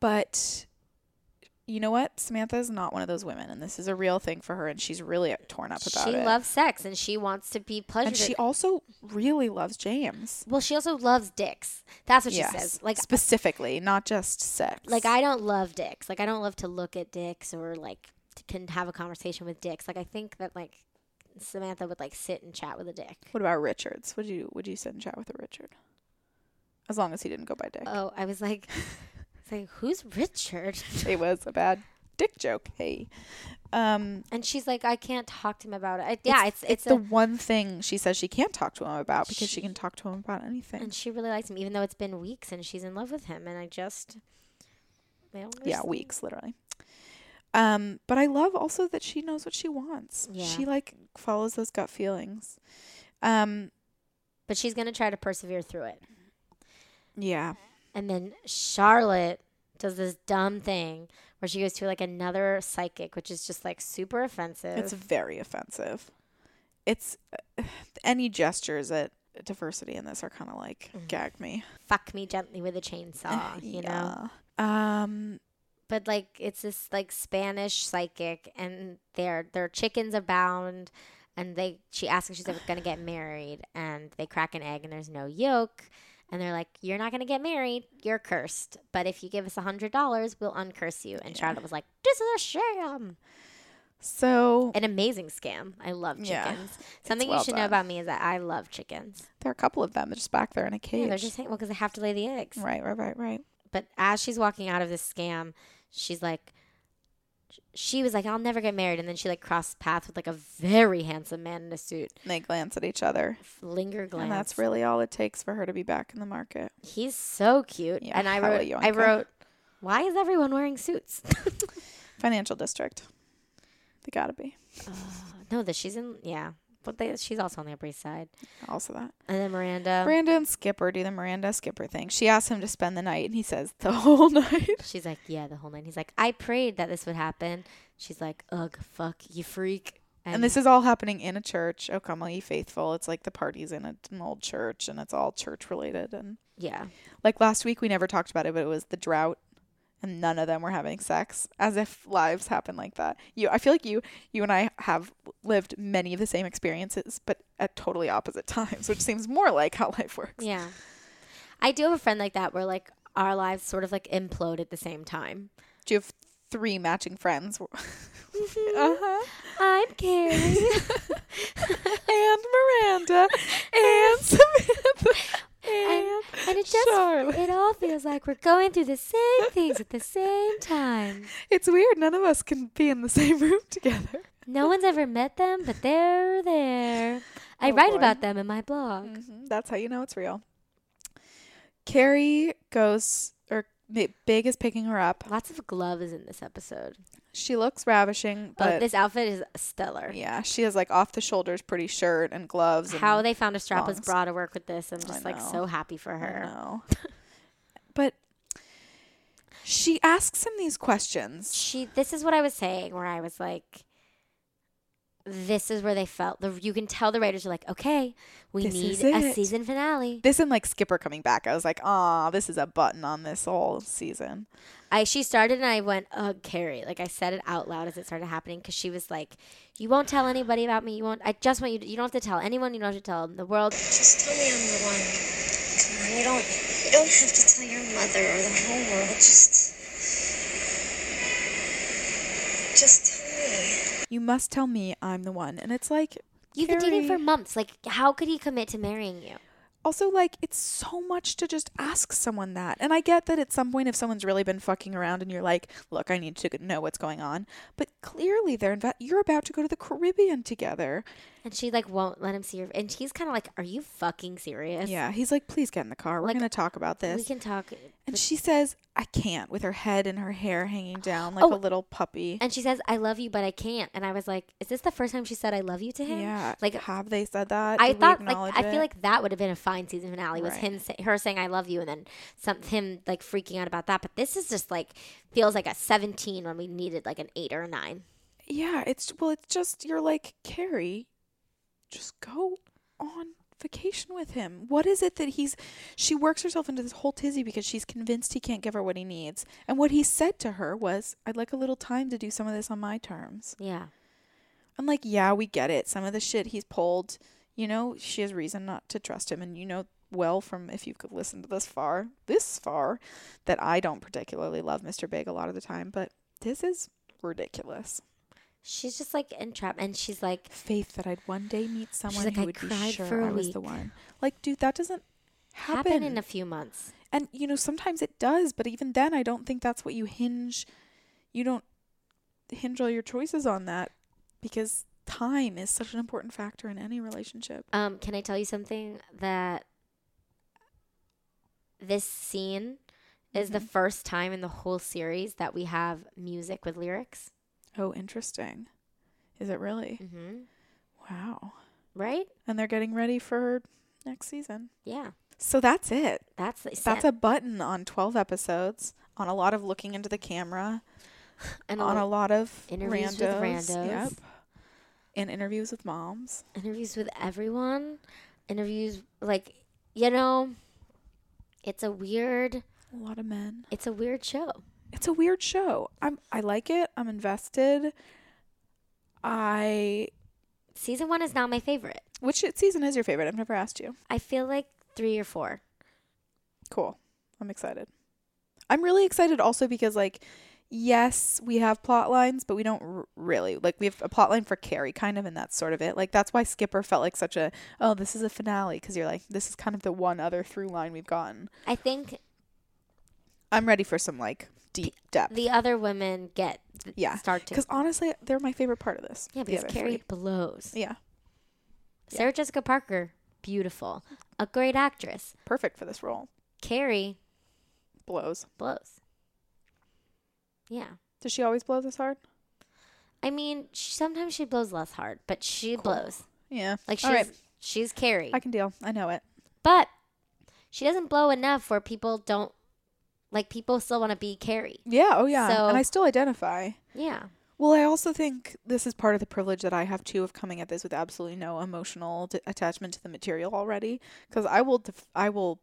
Speaker 1: But you know what? Samantha is not one of those women, and this is a real thing for her, and she's really torn up about
Speaker 2: she
Speaker 1: it.
Speaker 2: loves sex and she wants to be pleasured.
Speaker 1: and she also really loves James.
Speaker 2: well, she also loves dicks. That's what she says. Like,
Speaker 1: specifically, not just sex.
Speaker 2: like I don't love dicks. Like I don't love to look at dicks or like to, can have a conversation with dicks. Like I think that like Samantha would like sit and chat with a dick.
Speaker 1: What about Richards? Would you would you sit and chat with a Richard? As long as he didn't go by Dick.
Speaker 2: Oh, I was like, it's like who's Richard?
Speaker 1: It was a bad Dick joke. Hey, um,
Speaker 2: And she's like, I can't talk to him about it. I, yeah, it's it's,
Speaker 1: it's the
Speaker 2: a,
Speaker 1: one thing she says she can't talk to him about because she can talk to him about anything.
Speaker 2: and she really likes him, even though it's been weeks and she's in love with him. And I just, I don't
Speaker 1: yeah
Speaker 2: understand.
Speaker 1: weeks literally um but i love also that she knows what she wants
Speaker 2: Yeah.
Speaker 1: she like follows those gut feelings um
Speaker 2: But she's gonna try to persevere through it.
Speaker 1: yeah
Speaker 2: And then Charlotte does this dumb thing where she goes to like another psychic, which is just like super offensive.
Speaker 1: it's very offensive it's uh, any gestures at diversity in this are kind of like gag me
Speaker 2: Fuck me gently with a chainsaw, Mm. you know.
Speaker 1: know um
Speaker 2: But like it's this like Spanish psychic, and their their chickens abound, and they she asks if she's ever gonna get married, and they crack an egg, and there's no yolk. And they're like, "You're not gonna get married. You're cursed. But if you give us a hundred dollars, we'll uncurse you." And Charlotte was like, "This is a sham."
Speaker 1: so
Speaker 2: an amazing scam. I love chickens.
Speaker 1: Yeah.
Speaker 2: Something
Speaker 1: well
Speaker 2: you should
Speaker 1: done.
Speaker 2: know about me is that I love chickens.
Speaker 1: there are a couple of them just back there in a cage
Speaker 2: Yeah, they're just saying, well, because they have to lay the eggs.
Speaker 1: right right right right
Speaker 2: But as she's walking out of this scam, she's like, she was like, I'll never get married. And then she like crossed paths with like a very handsome man in a suit.
Speaker 1: and they glance at each other
Speaker 2: Linger glance.
Speaker 1: and that's really all it takes for her to be back in the market
Speaker 2: He's so cute.
Speaker 1: Yeah,
Speaker 2: and I
Speaker 1: hella
Speaker 2: wrote, I
Speaker 1: yoinker.
Speaker 2: wrote, why is everyone wearing suits?
Speaker 1: financial district they gotta be
Speaker 2: no, that she's in, yeah. But they, she's also on the Upper East Side.
Speaker 1: also that
Speaker 2: And then Miranda.
Speaker 1: Miranda and Skipper do the Miranda Skipper thing. She asks him to spend the night, and he says the whole night.
Speaker 2: She's like, yeah, the whole night. He's like, I prayed that this would happen. She's like, ugh, fuck, you freak.
Speaker 1: And this is all happening in a church. Oh, come all ye faithful! It's like the party's in a, an old church, and it's all church related. And
Speaker 2: yeah,
Speaker 1: like last week, we never talked about it, but it was the drought, and none of them were having sex, as if lives happen like that. You, I feel like you, you and I have lived many of the same experiences, but at totally opposite times, which seems more like how life works.
Speaker 2: yeah. I do have a friend like that where like our lives sort of like implode at the same time.
Speaker 1: Do you have three matching friends? Mm-hmm.
Speaker 2: I'm Carrie.
Speaker 1: and Miranda and Samantha and,
Speaker 2: and it just
Speaker 1: Charlotte.
Speaker 2: it all feels like we're going through the same things at the same time.
Speaker 1: It's weird. None of us can be in the same room together.
Speaker 2: No one's ever met them, but they're there. I
Speaker 1: Oh,
Speaker 2: write
Speaker 1: boy. Mm.
Speaker 2: about them in my blog.
Speaker 1: Mm-hmm. That's how you know it's real. Carrie goes, or Bi- Big is picking her up.
Speaker 2: Lots of gloves in this episode.
Speaker 1: She looks ravishing,
Speaker 2: But
Speaker 1: but
Speaker 2: this outfit is stellar.
Speaker 1: yeah, she has like off the shoulders, pretty shirt and gloves. And
Speaker 2: How they found a strapless
Speaker 1: lungs.
Speaker 2: bra to work with this. I'm just like
Speaker 1: know.
Speaker 2: so happy for
Speaker 1: I
Speaker 2: her.
Speaker 1: know. but she asks him these questions.
Speaker 2: she this is what I was saying where I was like this is where they felt the you can tell the writers are like okay we
Speaker 1: This
Speaker 2: need
Speaker 1: is
Speaker 2: a
Speaker 1: it.
Speaker 2: season finale
Speaker 1: This and like Skipper coming back. I was like, ah, this is a button on this whole season.
Speaker 2: I she started and I went ugh Carrie like I said it out loud as it started happening because she was like you won't tell anybody about me you won't I just want you to, you don't have to tell anyone you don't have to tell the world
Speaker 3: Just tell me I'm the one. Come on, you don't you don't have to tell your mother or the whole world. Just just tell me.
Speaker 1: You must tell me I'm the one. And it's like
Speaker 2: you've been dating for
Speaker 1: Carrie,
Speaker 2: months like how could he commit to marrying you
Speaker 1: also like it's so much to just ask someone that and i get that at some point if someone's really been fucking around and you're like look i need to know what's going on but clearly they're inve- you're about to go to the caribbean together
Speaker 2: And she like won't let him see her. And he's kind of like, "Are you fucking serious?
Speaker 1: yeah he's like please get in the car we're
Speaker 2: Like,
Speaker 1: going to talk about this
Speaker 2: we can talk."
Speaker 1: and she says i can't with her head and her hair hanging down like
Speaker 2: Oh,
Speaker 1: a little puppy
Speaker 2: And she says, "I love you, but I can't." And I was like, "Is this the first time she said I love you to him?"
Speaker 1: yeah
Speaker 2: Like
Speaker 1: have they said that
Speaker 2: I
Speaker 1: Did we
Speaker 2: thought, like
Speaker 1: acknowledge
Speaker 2: I feel
Speaker 1: it?
Speaker 2: like that would have been a fine season finale was
Speaker 1: Right.
Speaker 2: him, say, her saying "I love you" and then some him like freaking out about that. But this is just like feels like a seventeen when we needed like an eight or a nine.
Speaker 1: Yeah, it's well, it's just you're like Carrie, just go on vacation with him. What is it that he's? She works herself into this whole tizzy because she's convinced he can't give her what he needs, and what he said to her was, "I'd like a little time to do some of this on my terms."
Speaker 2: Yeah,
Speaker 1: I'm like, yeah, we get it. Some of the shit he's pulled, you know, she has reason not to trust him, and you know well from if you've listened to this far, this far, that I don't particularly love Mr. Big a lot of the time, but this is ridiculous
Speaker 2: she's just like entrapped, and she's like,
Speaker 1: faith that I'd one day meet someone
Speaker 2: like,
Speaker 1: who
Speaker 2: "I
Speaker 1: would be
Speaker 2: cried
Speaker 1: sure
Speaker 2: for a
Speaker 1: I was the
Speaker 2: week."
Speaker 1: one. Like, dude, that doesn't happen.
Speaker 2: "Happen, in a few months."
Speaker 1: and you know, sometimes it does, but even then, I don't think that's what you hinge. You don't hinge all your choices on that because time is such an important factor in any relationship.
Speaker 2: Um, can I tell you something that this scene is
Speaker 1: Mm-hmm.
Speaker 2: the first time in the whole series that we have music with lyrics?
Speaker 1: Oh, interesting. Is it really?
Speaker 2: Mm-hmm.
Speaker 1: Wow.
Speaker 2: Right?
Speaker 1: And they're getting ready for next season.
Speaker 2: Yeah,
Speaker 1: So that's it.
Speaker 2: that's
Speaker 1: That's a button on 12 episodes, on a lot of looking into the camera.
Speaker 2: and
Speaker 1: on a lot of
Speaker 2: interviews
Speaker 1: interviews
Speaker 2: with
Speaker 1: randos,
Speaker 2: randos.
Speaker 1: Yep. And interviews with moms.
Speaker 2: interviews with everyone interviews like you know it's a weird
Speaker 1: A lot of men.
Speaker 2: it's a weird show
Speaker 1: It's a weird show. I'm I like it. I'm invested. I
Speaker 2: season one is not my favorite
Speaker 1: which season is your favorite? I've never asked you.
Speaker 2: i feel like three or four
Speaker 1: Cool. I'm excited. I'm really excited also because like yes, we have plot lines, but we don't r- really. Like we have a plot line for Carrie kind of and that's sort of it. Like that's why Skipper felt like such a oh, this is a finale because you're like this is kind of the one other through line we've gotten.
Speaker 2: i think
Speaker 1: I'm ready for some like deep depth.
Speaker 2: the other women get th-
Speaker 1: yeah,
Speaker 2: start to
Speaker 1: because honestly, they're my favorite part of this.
Speaker 2: yeah
Speaker 1: the
Speaker 2: because
Speaker 1: other
Speaker 2: carrie
Speaker 1: three.
Speaker 2: blows
Speaker 1: Yeah,
Speaker 2: sarah jessica parker beautiful a great actress
Speaker 1: perfect for this role.
Speaker 2: carrie
Speaker 1: Blows.
Speaker 2: blows yeah
Speaker 1: Does she always blow this hard?
Speaker 2: i mean sh sometimes she blows less hard but she blows
Speaker 1: Yeah.
Speaker 2: like she's
Speaker 1: all right,
Speaker 2: she's carrie
Speaker 1: I can deal. I know it.
Speaker 2: But she doesn't blow enough where people don't like people still want to be Carrie.
Speaker 1: Yeah. Oh yeah.
Speaker 2: So-
Speaker 1: and I still identify.
Speaker 2: Yeah.
Speaker 1: Well, I also think this is part of the privilege that I have too of coming at this with absolutely no emotional d- attachment to the material already. Because I will, def- I will,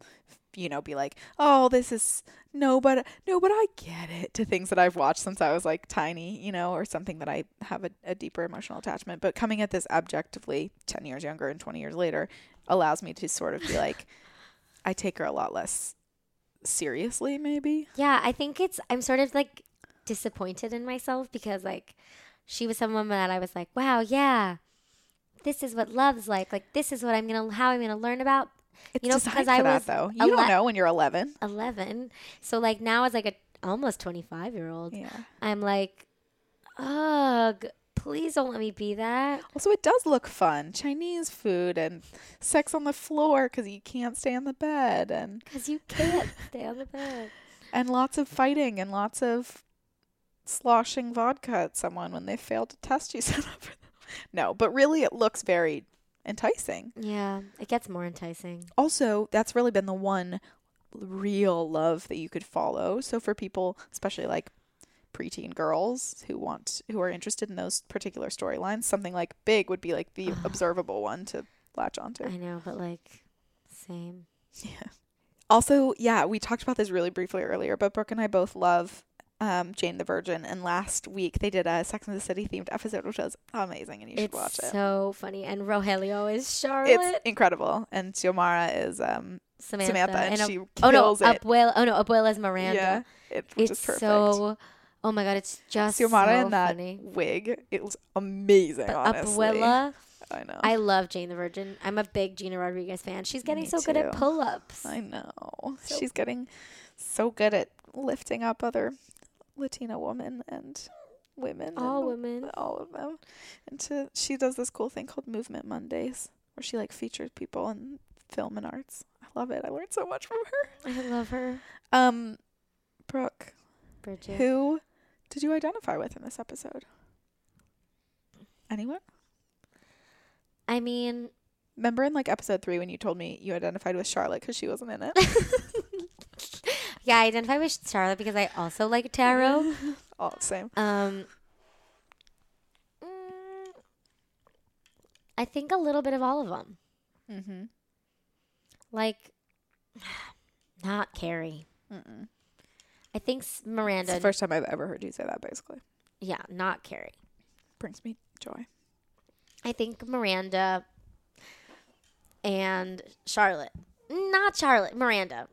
Speaker 1: you know, be like, oh, this is no, but no, but I get it to things that I've watched since I was like tiny, you know, or something that I have a, a deeper emotional attachment. But coming at this objectively, ten years younger and twenty years later, allows me to sort of be like, I take her a lot less seriously, maybe.
Speaker 2: Yeah, I think it's I'm sort of like disappointed in myself because like she was someone that I was like, "Wow, yeah. This is what love's like. Like this is what I'm going to how I'm going to learn about."
Speaker 1: It's
Speaker 2: You know,
Speaker 1: designed
Speaker 2: because I
Speaker 1: for that,
Speaker 2: was
Speaker 1: though. You
Speaker 2: ele-
Speaker 1: don't know when you're eleven.
Speaker 2: 11. So like now as like a almost 25-year-old,
Speaker 1: Yeah.
Speaker 2: I'm like, "Ugh, please don't let me be that."
Speaker 1: Also, it does look fun. Chinese food and sex on the floor because you can't stay on the bed and
Speaker 2: Cuz you can't stay on the bed.
Speaker 1: and lots of fighting and lots of sloshing vodka at someone when they fail to test you set up for them. No, but really, it looks very enticing.
Speaker 2: Yeah, it gets more enticing.
Speaker 1: Also, that's really been the one real love that you could follow. So for people, especially like preteen girls who want who are interested in those particular storylines, something like Big would be like the observable one to latch onto.
Speaker 2: I know, but like, same.
Speaker 1: Also, yeah, we talked about this really briefly earlier, but Brooke and I both love um, Jane the Virgin, and last week they did a Sex and the City themed episode, which was amazing, and you should
Speaker 2: It's
Speaker 1: watch it.
Speaker 2: so funny. And Rogelio is Charlotte.
Speaker 1: it's incredible, and Xiomara is um,
Speaker 2: Samantha,
Speaker 1: Samantha, and she
Speaker 2: oh no,
Speaker 1: kills it.
Speaker 2: Abuela. Oh no, Abuela is Miranda.
Speaker 1: yeah, it, which
Speaker 2: it's
Speaker 1: is perfect.
Speaker 2: so. Oh my god, it's just
Speaker 1: Xiomara
Speaker 2: so
Speaker 1: in that
Speaker 2: funny.
Speaker 1: wig, it was amazing.
Speaker 2: But
Speaker 1: honestly,
Speaker 2: Abuela
Speaker 1: I know.
Speaker 2: I love Jane the Virgin. I'm a big Gina Rodriguez fan. She's getting
Speaker 1: Me
Speaker 2: so good at
Speaker 1: too.
Speaker 2: pull ups.
Speaker 1: I know. She's getting so good at lifting up other Latina women and women.
Speaker 2: All
Speaker 1: and
Speaker 2: women.
Speaker 1: All of them. And to, she does this cool thing called Movement Mondays where she like features people in film and arts. I love it. I learned so much from her.
Speaker 2: I love her.
Speaker 1: Um, Brooke,
Speaker 2: Bridget.
Speaker 1: who did you identify with in this episode? Anyone?
Speaker 2: I mean,
Speaker 1: Remember in like episode three when you told me you identified with Charlotte because she wasn't in it?
Speaker 2: yeah, I identify with Charlotte because I also like tarot.
Speaker 1: All the same.
Speaker 2: Um, mm, I think a little bit of all of them. Mm-hmm. Like, not Carrie. I think
Speaker 1: It's
Speaker 2: s-
Speaker 1: the
Speaker 2: Miranda.
Speaker 1: first time I've ever heard you say that basically.
Speaker 2: yeah, not Carrie.
Speaker 1: Brings me joy.
Speaker 2: I think Miranda and Charlotte. Not Charlotte, Miranda.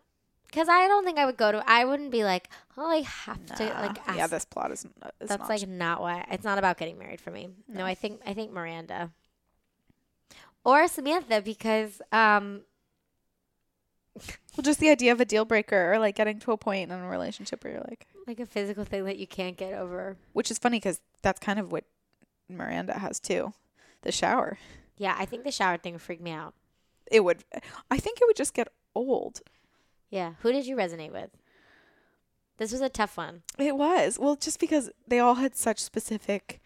Speaker 2: Because I don't think I would go to. I wouldn't be like, oh, I have to like
Speaker 1: Ah,
Speaker 2: ask.
Speaker 1: yeah, this plot is, not, is
Speaker 2: That's
Speaker 1: not.
Speaker 2: like not why. It's not about getting married for me. No, I think I think Miranda or Samantha because um
Speaker 1: well, just the idea of a deal breaker or like getting to a point in a relationship where you're like,
Speaker 2: like a physical thing that you can't get over.
Speaker 1: which is funny because that's kind of what Miranda has too. The shower.
Speaker 2: Yeah, I think the shower thing freaked me out.
Speaker 1: It would, I think it would just get old.
Speaker 2: Yeah, who did you resonate with? This was a tough one.
Speaker 1: It was. Well, just because they all had such specific,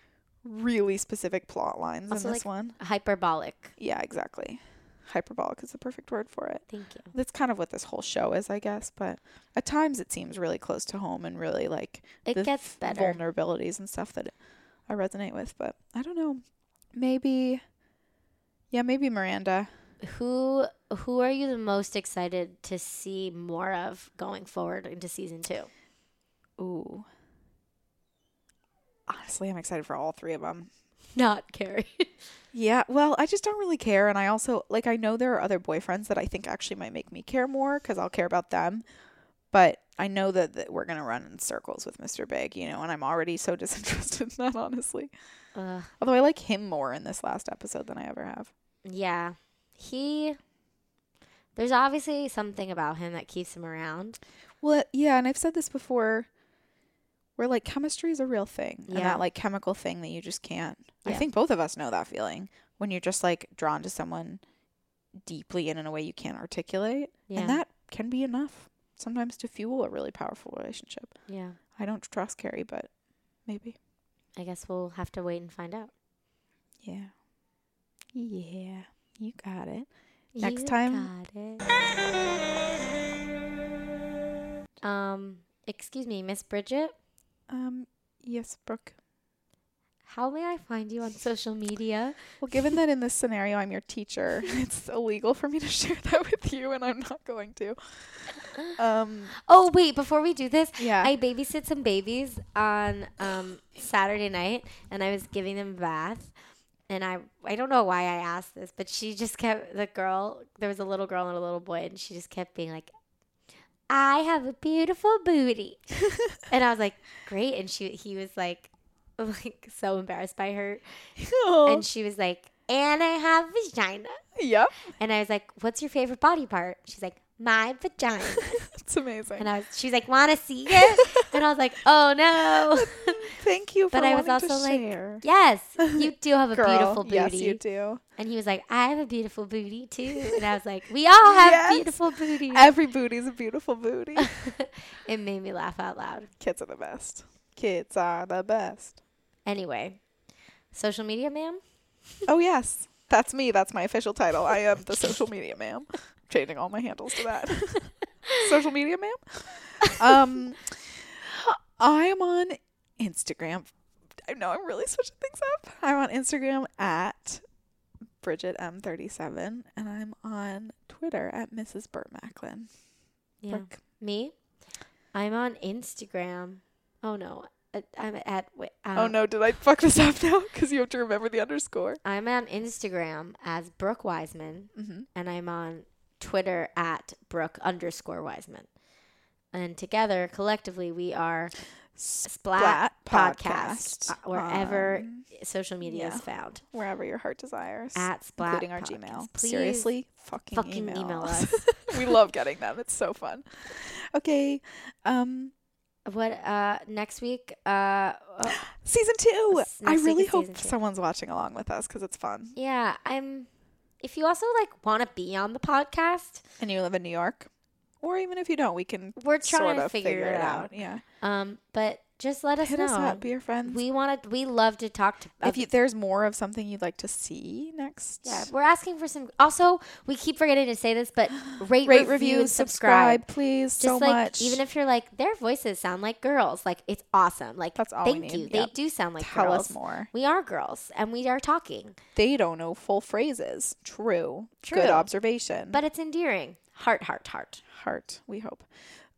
Speaker 1: really specific plot lines
Speaker 2: Also,
Speaker 1: in this
Speaker 2: like,
Speaker 1: one.
Speaker 2: Hyperbolic.
Speaker 1: Yeah, exactly. Hyperbolic is the perfect word for it.
Speaker 2: Thank you.
Speaker 1: That's kind of what this whole show is, I guess. But at times it seems really close to home and really like
Speaker 2: It gets
Speaker 1: f-
Speaker 2: better.
Speaker 1: vulnerabilities and stuff that I resonate with. But I don't know. Maybe, yeah, maybe Miranda.
Speaker 2: Who who are you the most excited to see more of going forward into season two?
Speaker 1: Ooh. Honestly, I'm excited for all three of them.
Speaker 2: Not Carrie.
Speaker 1: Yeah, well, I just don't really care. And I also, like, I know there are other boyfriends that I think actually might make me care more because I'll care about them. But I know that, that we're going to run in circles with Mr. Big, you know, and I'm already so disinterested in that, honestly.
Speaker 2: Ugh.
Speaker 1: Although I like him more in this last episode than I ever have.
Speaker 2: Yeah. He there's obviously something about him that keeps him around.
Speaker 1: Well, yeah, and I've said this before where, like, chemistry is a real thing and
Speaker 2: Yeah.
Speaker 1: that, like, chemical thing that you just can't. I
Speaker 2: Yeah.
Speaker 1: think both of us know that feeling when you're just, like, drawn to someone deeply and in a way you can't articulate.
Speaker 2: Yeah.
Speaker 1: And that can be enough sometimes to fuel a really powerful relationship.
Speaker 2: Yeah.
Speaker 1: I don't trust Carrie, but maybe.
Speaker 2: I guess we'll have to wait and find out.
Speaker 1: Yeah. Yeah. You got it. Next time-
Speaker 2: got it. Um, excuse me, Miss Bridget.
Speaker 1: Um, yes, Brooke.
Speaker 2: How may I find you on social media?
Speaker 1: Well, given that in this scenario I'm your teacher, it's illegal for me to share that with you, and I'm not going to. Um,
Speaker 2: Oh wait, before we do this,
Speaker 1: Yeah.
Speaker 2: I babysit some babies on um, Saturday night, and I was giving them a bath, and I I don't know why I asked this, but she just kept the girl. There was a little girl and a little boy, and she just kept being like, "I have a beautiful booty," and I was like, "Great," and she he was like, like so embarrassed by her,
Speaker 1: Oh.
Speaker 2: and she was like, "And I have vagina,"
Speaker 1: yep,
Speaker 2: and I was like, "What's your favorite body part?" She's like, "My vagina."
Speaker 1: it's amazing.
Speaker 2: And I was, she was like, "Want to see it?" and I was like, "Oh no!"
Speaker 1: Thank you for
Speaker 2: but I was also like, "Yes, you do have a
Speaker 1: Girl,
Speaker 2: beautiful booty."
Speaker 1: Yes, you do.
Speaker 2: And he was like, "I have a beautiful booty too." And I was like, "We all have
Speaker 1: Yes.
Speaker 2: beautiful booties."
Speaker 1: Every booty's a beautiful booty.
Speaker 2: it made me laugh out loud.
Speaker 1: Kids are the best. Kids are the best.
Speaker 2: Anyway, social media, ma'am.
Speaker 1: Oh yes, that's me. That's my official title. I am the social media ma'am. Changing all my handles to that. social media ma'am. Um, I am on Instagram. I know I'm really switching things up. I'm on Instagram at Bridget M37, and I'm on Twitter at Mrs. Burt Macklin.
Speaker 2: Yeah,
Speaker 1: Brooke.
Speaker 2: me. I'm on Instagram. Oh no, I- I'm at. wait,
Speaker 1: oh
Speaker 2: um,
Speaker 1: no, did I fuck this up now? Because you have to remember the underscore.
Speaker 2: I'm on Instagram as Brooke Wiseman, and I'm on Twitter at Brooke underscore Wiseman. And together, collectively, we are
Speaker 1: Splat
Speaker 2: Splat,
Speaker 1: Um,
Speaker 2: podcast,
Speaker 1: Podcast
Speaker 2: uh, wherever social media
Speaker 1: yeah.
Speaker 2: is found.
Speaker 1: Wherever your heart desires.
Speaker 2: At Splat
Speaker 1: Including our
Speaker 2: Podcast.
Speaker 1: Gmail.
Speaker 2: Please
Speaker 1: Seriously, fucking,
Speaker 2: fucking
Speaker 1: email,
Speaker 2: email
Speaker 1: us. we love getting them. It's so fun. Okay. Um
Speaker 2: What uh next week? Uh oh,
Speaker 1: season 2.
Speaker 2: S-
Speaker 1: I
Speaker 2: next week
Speaker 1: really
Speaker 2: is
Speaker 1: hope
Speaker 2: season two.
Speaker 1: someone's watching along with us cuz it's fun.
Speaker 2: yeah, I'm if you also like want to be on the podcast,
Speaker 1: And you live in New York. Or even if you don't, we can
Speaker 2: We're trying
Speaker 1: sort
Speaker 2: to
Speaker 1: of
Speaker 2: figure it out.
Speaker 1: Yeah.
Speaker 2: um but just let us
Speaker 1: Hit
Speaker 2: know.
Speaker 1: us up, be our friends.
Speaker 2: We want to we love to talk to
Speaker 1: if you, there's more of something you'd like to see next.
Speaker 2: Yeah, we're asking for some. Also, we keep forgetting to say this, but rate,
Speaker 1: Rate,
Speaker 2: review,
Speaker 1: review,
Speaker 2: subscribe.
Speaker 1: subscribe, please.
Speaker 2: Just
Speaker 1: so
Speaker 2: like
Speaker 1: much.
Speaker 2: even if you're like their voices sound like girls, like it's awesome. Like
Speaker 1: That's all we
Speaker 2: thank you.
Speaker 1: need.
Speaker 2: They
Speaker 1: Yep.
Speaker 2: do sound like
Speaker 1: Tell
Speaker 2: girls.
Speaker 1: us more.
Speaker 2: We are girls and we are talking,
Speaker 1: they don't know full phrases. True.
Speaker 2: True.
Speaker 1: Good observation.
Speaker 2: but it's endearing. Heart, heart, heart.
Speaker 1: heart, we hope.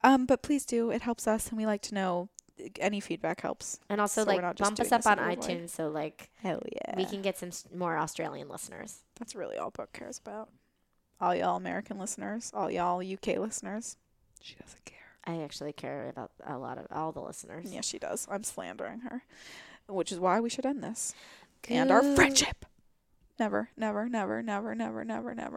Speaker 1: Um, but please do. It helps us, and we like to know uh, any feedback helps.
Speaker 2: And also
Speaker 1: So we're
Speaker 2: like
Speaker 1: not just
Speaker 2: bump us
Speaker 1: doing
Speaker 2: up
Speaker 1: this
Speaker 2: on
Speaker 1: in a way.
Speaker 2: iTunes so like
Speaker 1: Hell yeah.
Speaker 2: we can get some s- more Australian listeners.
Speaker 1: That's really all Brooke cares about. All y'all American listeners, all y'all UK listeners. She doesn't care.
Speaker 2: I actually care about a lot of all the listeners.
Speaker 1: Yeah, she does. I'm slandering her, which is why we should end this. And our friendship. Never, never, never, never, never, never, never.